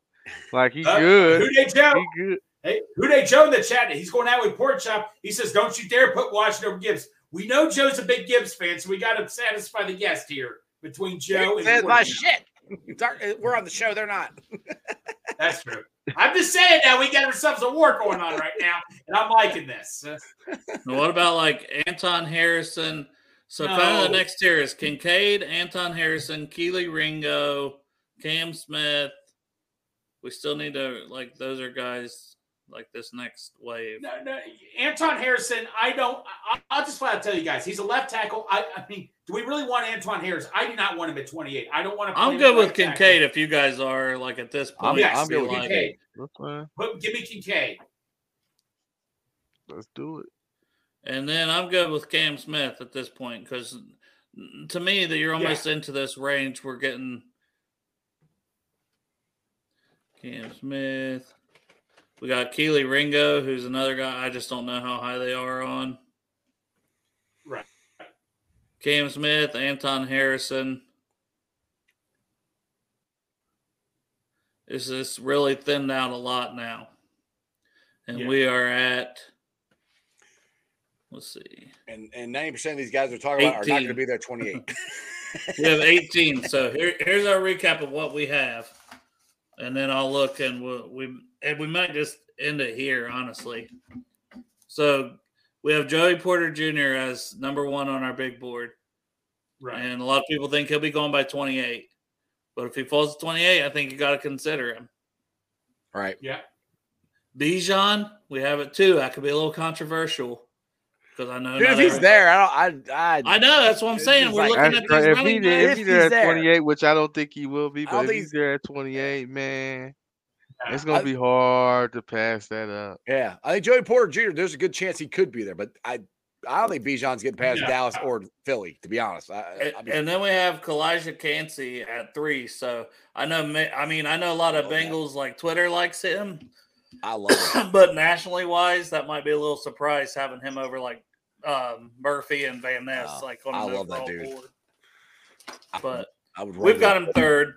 G: like he
E: Uh,
G: good.
E: Who they Joe?
G: He good.
E: Hey, who they Joe in the chat? He's going out with Pork Chop. He says, "Don't you dare put Washington over Gibbs." We know Joe's a big Gibbs fan, so we got to satisfy the guest here between Joe and
F: Said my
E: Pork Chop.
F: shit. Dar- uh, We're on the show. They're not.
E: That's true. I'm just saying now we got ourselves a war going on right now, and I'm liking this. Uh,
C: And what about like Anton Harrison? So kind of the
E: No.
C: next tier is Kincaid, Anton Harrison, Keely Ringo, Cam Smith. We still need to like those are guys like this next wave.
E: No, no, Anton Harrison. I don't. I, I'll just flat out tell you guys, he's a left tackle. I, I mean, do we really want Anton Harrison? I do not want him at 28. I don't want to. play
C: I'm
E: him
C: good
E: at
C: with
E: right tackle.
C: Kincaid if you guys are like at this
F: I'm-
C: point.
E: I'm
C: be
F: good with
C: like,
F: Kincaid.
E: Kincaid.
G: That's fine.
E: Put- Give me Kincaid.
G: Let's do it.
C: And then I'm good with Cam Smith at this point because to me that you're
E: Yeah.
C: almost into this range. We're getting Cam Smith. We got Keely Ringo, who's another guy I just don't know how high they are on.
E: Right.
C: Cam Smith, Anton Harrison. This is really thinned out a lot now. And
E: Yeah.
C: we are at, let's see,
F: And and ninety percent of these guys we're talking about are not going to
C: 18.
F: be there twenty eight.
C: we have 18. so here, here's our recap of what we have, and then I'll look and we'll, we and we might just end it here, honestly. So we have Joey Porter Jr. as number one on our big board,
E: Right.
C: and a lot of people think he'll be going by 28. But if he falls to 28, I think you got to consider him.
F: right.
E: Yeah.
C: Bijan, we have it too. I could be a little controversial because I know
F: Dude, if
C: not
F: he's
C: every-
F: there, I don't. I I,
C: I know that's what I'm
F: It's
C: saying.
F: just
C: We're
F: like-
C: looking
G: That's
C: at these
G: crazy. If
C: running
G: he
C: backs.
G: did, if
F: if
G: he there
F: he's
G: at
F: there.
G: 28, which I don't think he will be,
F: don't
G: but if
F: think
G: he's
F: he's-
G: there at 28, man,
E: Yeah.
G: it's gonna
F: I-
G: be hard to pass that up.
F: yeah, I think Joey Porter Jr. There's a good chance he could be there, but I I don't think Bijan's getting past
E: No.
F: Dallas or Philly. To be honest, I, I, I
C: And,
F: mean,
C: and then we have Kalijah Cansey at three. So I know, ma- I mean, I know a lot of
F: Love that.
C: Bengals like Twitter likes him,
F: I love it.
C: but nationally wise, that might be a little surprise having him over like um, Murphy and Van Ness.
F: Oh,
C: like on
F: I
C: an
F: love that
C: overall
F: dude.
C: board.
F: I-
C: But
F: I would.
C: We've
F: rather-
C: got him third.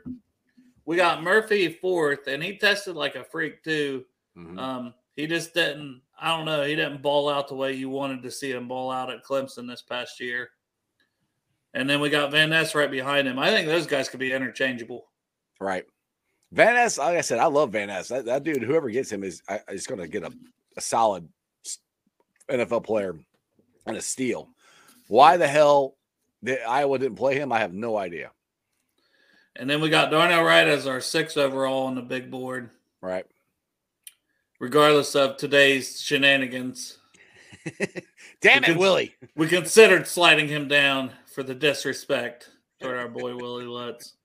C: We got Murphy fourth, and he tested like a freak too.
F: Mhm.
C: Um, he just didn't. I don't know. He didn't ball out the way you wanted to see him ball out at Clemson this past year. And then we got Van Ness right behind him. I think those guys could be interchangeable.
F: Right. Van Ness, like I said, I love Van Ness. That, that dude, whoever gets him, is I- is going to get a, a solid s- NFL player and a steal. Why the hell the Iowa didn't play him? I have no idea.
C: And then we got Darnell Wright as our sixth overall on the big board,
F: Right.
C: regardless of today's shenanigans.
F: Damn
C: Because-
F: it, Willie.
C: We considered sliding him down for the disrespect toward our boy Willie Lutz.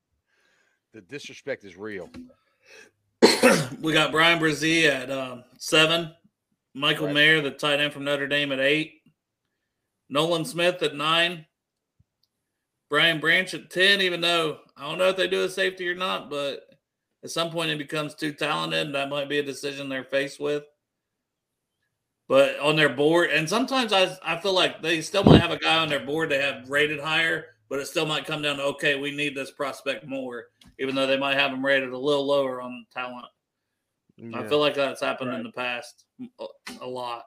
F: The disrespect is real.
C: we got Brian Brzee at um, seven, Michael
F: Right.
C: Mayer, the tight end from Notre Dame, at eight, Nolan Smith at nine, Brian Branch at 10, even though I don't know if they do a safety or not, but at some point it becomes too talented. And that might be a decision they're faced with. But on their board, and sometimes I, I feel like they still might have a guy on their board they have rated higher, but it still might come down to, okay, we need this prospect more, even though they might have him rated a little lower on talent. I
G: Yeah,
C: feel like that's happened in
E: Right.
C: the past a- a lot.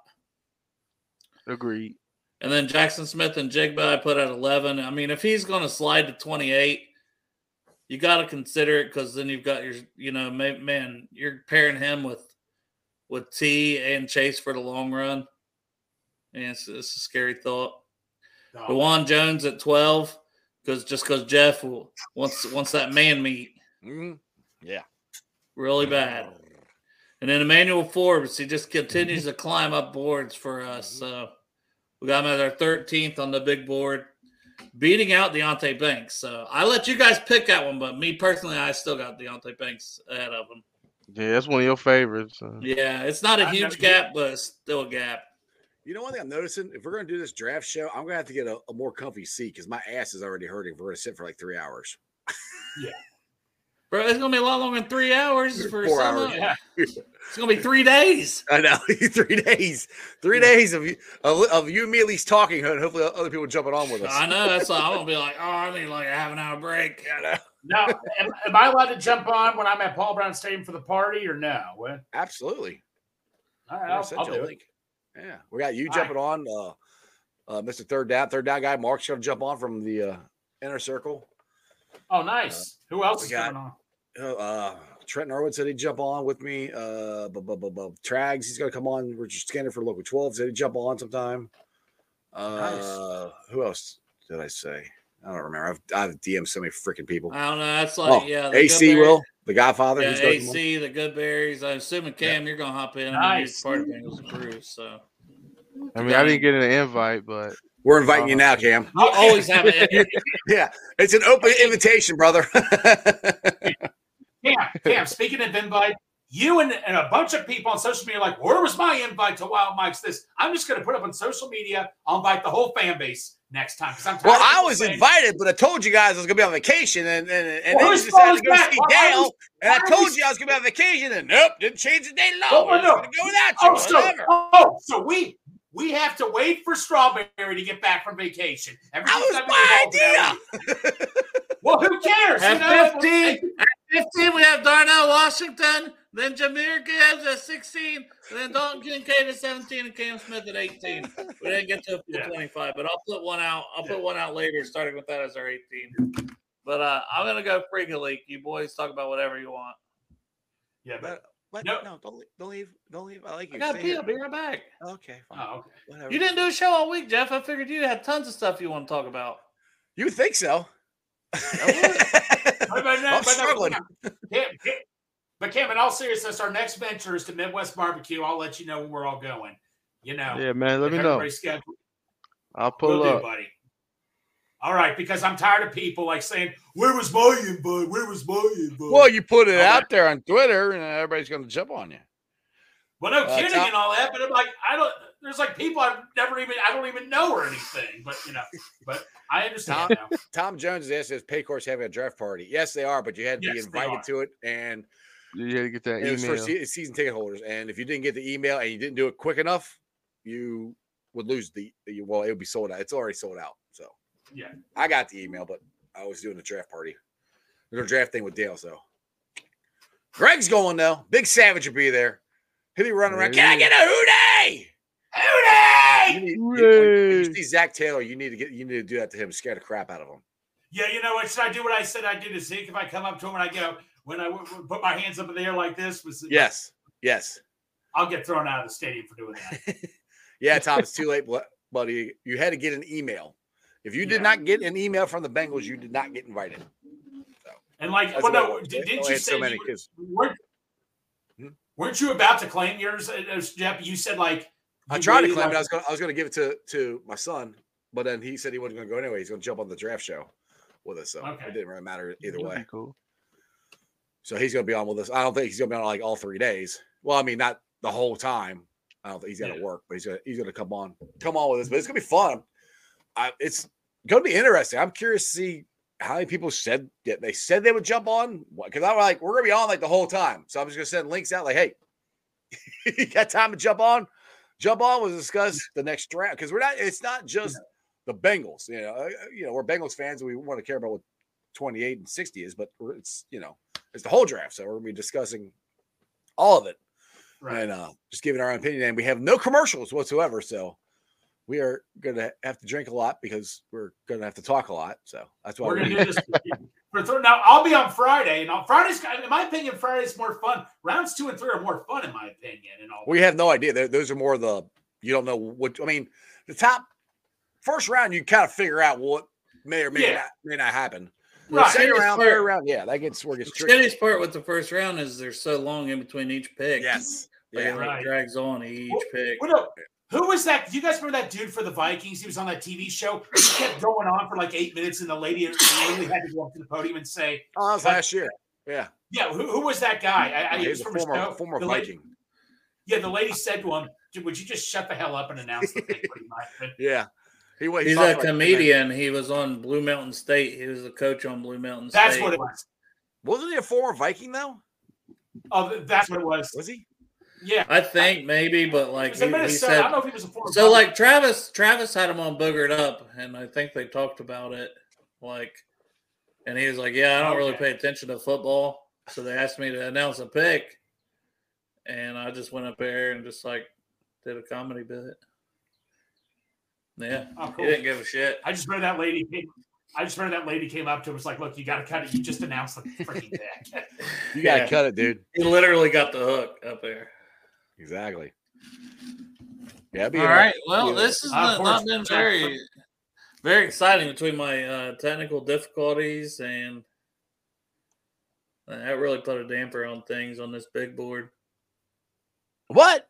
G: agreed.
C: And then Jackson Smith and Jigba, I put at 11. I mean, if he's going to slide to 28, you got to consider it because then you've got your, you know, ma- man, you're pairing him with with T and Chase for the long run. And it's, it's a scary thought.
E: No.
C: Dewan Jones at 12, because just because Jeff will, wants, wants that man meat
F: Mhm.
C: really bad. And then Emmanuel Forbes, he just continues to climb up boards for us.
F: Mm-hmm.
C: So we got him at our 13th on the big board, beating out Deontay Banks. So I let you guys pick that one, but me personally, I still got Deontay Banks ahead of him.
G: Yeah, that's one of your favorites. so.
F: Mm-hmm.
C: Yeah, it's not a
E: I
C: huge
E: know-
C: gap, but it's still a gap.
F: You know one thing I'm noticing? If we're going to do this draft show, I'm going to have to get a, a more comfy seat because my ass is already hurting. if We're going to sit for like three hours.
C: Bro, it's going to be a lot longer than three hours for
F: Four
C: some.
F: hours.
C: of- It's going to be three days.
F: I know three days, three days of you of, of you and me at least talking, and hopefully other people jumping on with us.
C: I know. That's why I'm going to be like, oh, I need like a half an hour break.
E: Now, am, am I allowed to jump on when I'm at Paul Brown Stadium for the party or no? Well,
F: Absolutely.
E: all
F: I'm
E: right,
F: gonna
E: I'll,
F: send
E: I'll
F: you a
E: do it.
F: link. Yeah, we got you
E: All
F: jumping on, uh, uh, Mr. Third Down, Third Down guy. Mark's gonna jump on from the uh, inner circle.
E: Oh, nice. Who else
F: we
E: is
F: got-
E: going on?
F: Uh, uh, Trent Norwood said he'd jump on with me. Uh, bu- bu- bu- bu- Trags, he's gonna come on. Richard Scanner for local twelve said he'd jump on sometime. Uh, who else did I say? I don't remember. I've, I've DM'd so many freaking people.
C: I don't know. That's like,
F: Oh,
C: yeah. the
F: AC
C: Goodberry-
F: will the Godfather.
C: Yeah,
F: he's gonna come on.
C: AC, the good berries. I'm assuming Cam, you're gonna hop in. I mean,
E: Nice.
C: he's part of Bengals crew, so
G: I mean, I didn't get an invite, but
F: We're inviting you now, Cam.
E: Oh,
C: I'll always have it.
F: Yeah, it's an open invitation, brother.
E: Cam, Cam, speaking of invite, you and, and a bunch of people on social media are like, where was my invite to Wild Mike's this? I'm just going to put up on social media. I'll invite the whole fan base next time. 'cause I'm tired
F: Well,
E: of
F: I
E: people
F: was
E: saying-
F: invited, but I told you guys I was gonna be on vacation, and and, and
E: Well,
F: then
E: whose
F: you decided
E: fault
F: to go
E: is that?
F: see
E: Why- why
F: Dale,
E: was-
F: and I
E: why
F: told
E: was-
F: you I was gonna be on vacation, and nope, didn't change the day at all.
E: Oh,
F: We're just
E: no.
F: gonna go without you.
E: Oh, so,
F: whatever.
E: oh, so we We have to wait for Strawberry to get back from vacation. Every
F: That was
E: time
F: my
E: we involve that league. well, who cares? you know?
C: At 15, at 15, we have Darnell Washington, then Jameer Gibbs at 16, and then Dalton Kincaid at 17, and Cam Smith at 18. We didn't get to a full
E: Yeah.
C: 25, but I'll put one out. I'll
E: Yeah.
C: put one out later, starting with that as our 18. But uh, I'm gonna go freak a leak. You boys talk about whatever you want.
E: Yeah, but
F: What?
E: No.
F: No, don't leave. Don't leave. Don't leave. I like
C: I
F: you.
C: got
F: Stay
C: pee.
F: here.
C: I'll be right back.
F: Okay, fine.
E: oh, okay.
F: Whatever.
C: You
F: You,
C: didn't do a show all week, Jeff. I figured you had tons of stuff you want to talk about.
F: would think so?
E: But- but no-
F: I'm
E: but no,
F: struggling.
E: Cam- Cam- but Cam, in all seriousness, our next venture is to Midwest Barbecue. I'll let you know when we're all going. You know,
G: Yeah, man. Let
E: if
G: me know.
E: everybody's scheduled.
G: I'll pull
E: Will do,
G: up.
E: buddy. All right, because I'm tired of people like saying, "Where was my invite? Where was my invite?"
D: Well, you put it
E: Okay.
D: out there on Twitter, and everybody's going to jump on you.
E: Well, no
F: Uh,
E: kidding
F: Tom-
E: and all that, but I'm like, I don't. There's like people I've never even, I don't even know or anything. But you know, but I understand now.
F: Tom Jones is asking, is Paycor's having a draft party? Yes, they are, but you had to be
E: Yes, they
F: invited
E: are.
F: to it, and
G: You had to get that
F: it was for
G: email.
F: se- season ticket holders. And if you didn't get the email and you didn't do it quick enough, you would lose the. You, well, it would be sold out. It's already sold out. So
E: Yeah.
F: I got the email, but I was doing the draft party, the draft thing with Dale. So Greg's going though. Big Savage will be there. He'll be running around. Can I get a hootie? You
E: Hootie!
F: need, you- when you
G: Hooray!
F: see Zach Taylor, you need to get you need to do that to him, scare the crap out of him.
E: Yeah, you know what? Should I do what I said I did to Zeke if I come up to him and I get up, when I w- w- put my hands up in the air like this? Was
F: Yes, yes,
E: I'll get thrown out of the stadium for doing that.
F: yeah, Tom. It's too late, bl- buddy. You had to get an email. If you did
E: Yeah.
F: not get an email from the Bengals, you did not get invited.
E: And like,
F: That's
E: well,
F: the way it
E: no,
F: works.
E: did,
F: They only
E: didn't you
F: Oh, had
E: say
F: so
E: you
F: many
E: were-
F: kids?
E: weren't,
F: Hmm?
E: weren't you about to claim yours, uh, uh, Jeff? You said like
F: I
E: you
F: tried to
E: waited,
F: claim it. I
E: like-
F: was going. I was going to give it to to my son, but then he said he wasn't going to go anyway. He's going to jump on the draft show with us, so
E: Okay.
F: it didn't really matter either
G: That'd be
F: way.
G: Cool.
F: So he's going to be on with us. I don't think he's going to be on like all three days. Well, I mean, not the whole time. I don't think he's going to
E: Yeah.
F: work, but he's going to he's going to come on, come on with us. But it's going to be fun. I, it's going to be interesting. I'm curious to see how many people said that they said they would jump on because I'm like, we're going to be on like the whole time. So I'm just going to send links out like, hey, you got time to jump on? Jump on. We'll discuss the next draft because we're not. It's not just the Bengals. You know, uh, you know, we're Bengals fans. and We want to care about what 28 and 60 is, but we're- it's you know, it's the whole draft. So we're gonna be discussing all of it
E: right.
F: and uh, just giving our own opinion. And we have no commercials whatsoever, so we are gonna have to drink a lot because we're gonna have to talk a lot. So that's why
E: We're
F: we
E: gonna do this for th- now. I'll be on Friday, and on Fridays, in my opinion, Friday's more fun. Rounds two and three are more fun, in my opinion, and all.
F: we have no idea. They're, those are more the you don't know what I mean. The top first round, you kind of figure out what may or may
E: Yeah.
F: not may not happen.
E: Right.
F: Second
C: Shittiest
F: round,
C: part-
F: third round, yeah, that gets where it gets
C: The
F: tricky.
C: shittiest part with the first round is there's so long in between each pick.
F: Yes,
C: Like,
F: yeah.
C: it like,
E: Right.
C: drags on each pick.
E: What up? Who was that? Do you guys remember that dude for the Vikings? He was on that TV show. He kept going on for like eight minutes, and the lady literally had to go up to the podium and say,
F: Oh, that was last year. Yeah,
E: "Yeah, who, who was that guy?" I, I
F: he
E: it
F: was
E: was
F: a
E: from a
F: former
E: show.
F: former
E: The lady-
F: Viking.
E: yeah, the lady said to him, "Dude, "Would you just shut the hell up and announce the thing?" Pretty much. But
F: Yeah. He, wa- he
C: He's
F: talked
C: a
F: about-
C: comedian. He was on Blue Mountain State. He was the coach on Blue Mountain State.
E: that's what it was.
F: Wasn't he a former Viking though?
E: Oh, that's what it was.
F: Was he?
E: Yeah.
C: I think maybe, but
E: It
C: like
E: was
C: he,
E: in
C: he
E: Minnesota. I
C: said,
E: don't know if he was a former.
C: so like Travis, Travis had him on Boogered Up, and I think they talked about it. Like, and he was like, "Yeah, I don't really
E: Okay.
C: pay attention to football." So they asked me to announce a pick, and I just went up there and just like did a comedy bit. Yeah,
E: Oh,
C: he
E: cool.
C: didn't give a shit.
E: I just remember that lady. Came, I just remember that lady came up to him was like, "Look, you got to cut it. You just announced the freaking deck."
F: You gotta
C: Yeah.
F: cut it, dude.
C: He literally got the hook up there.
F: Exactly. Yeah.
C: All right. Well,
F: Yeah.
C: this has
E: Uh,
C: not,
E: of
C: not
E: course.
C: been very, very exciting between my uh, technical difficulties and that really put a damper on things on this big board.
F: What?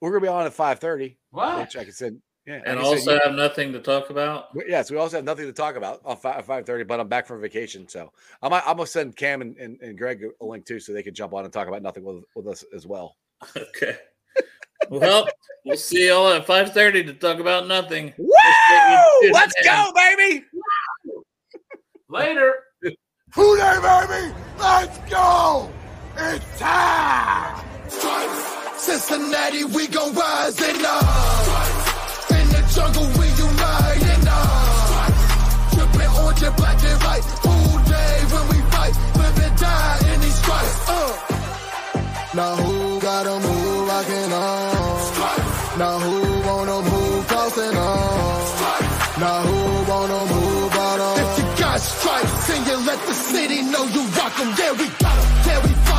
F: We're gonna be on at five thirty.
E: what?
F: Which I can send. Yeah. like
C: Ah. And
F: I said,
C: also
F: you-
C: have nothing to talk about.
F: we- yes, we also have nothing to talk about on five five thirty. But I'm back from vacation, so I'm I'm gonna send Cam and, and, and Greg a link too, so they can jump on and talk about nothing with, with us as well.
C: Okay. Well, we'll see y'all at five thirty to talk about nothing.
F: Woo!
C: you-
F: Let's go, baby.
E: Later.
B: Hootie, baby! Let's go! It's time! Cincinnati, we gon' rise and up! Uh. Now who gotta move rockin' on? Now who wanna move crossing on? Now who wanna move out on? If you got stripes and you let the city know you rock 'em, yeah we got 'em, yeah we got 'em.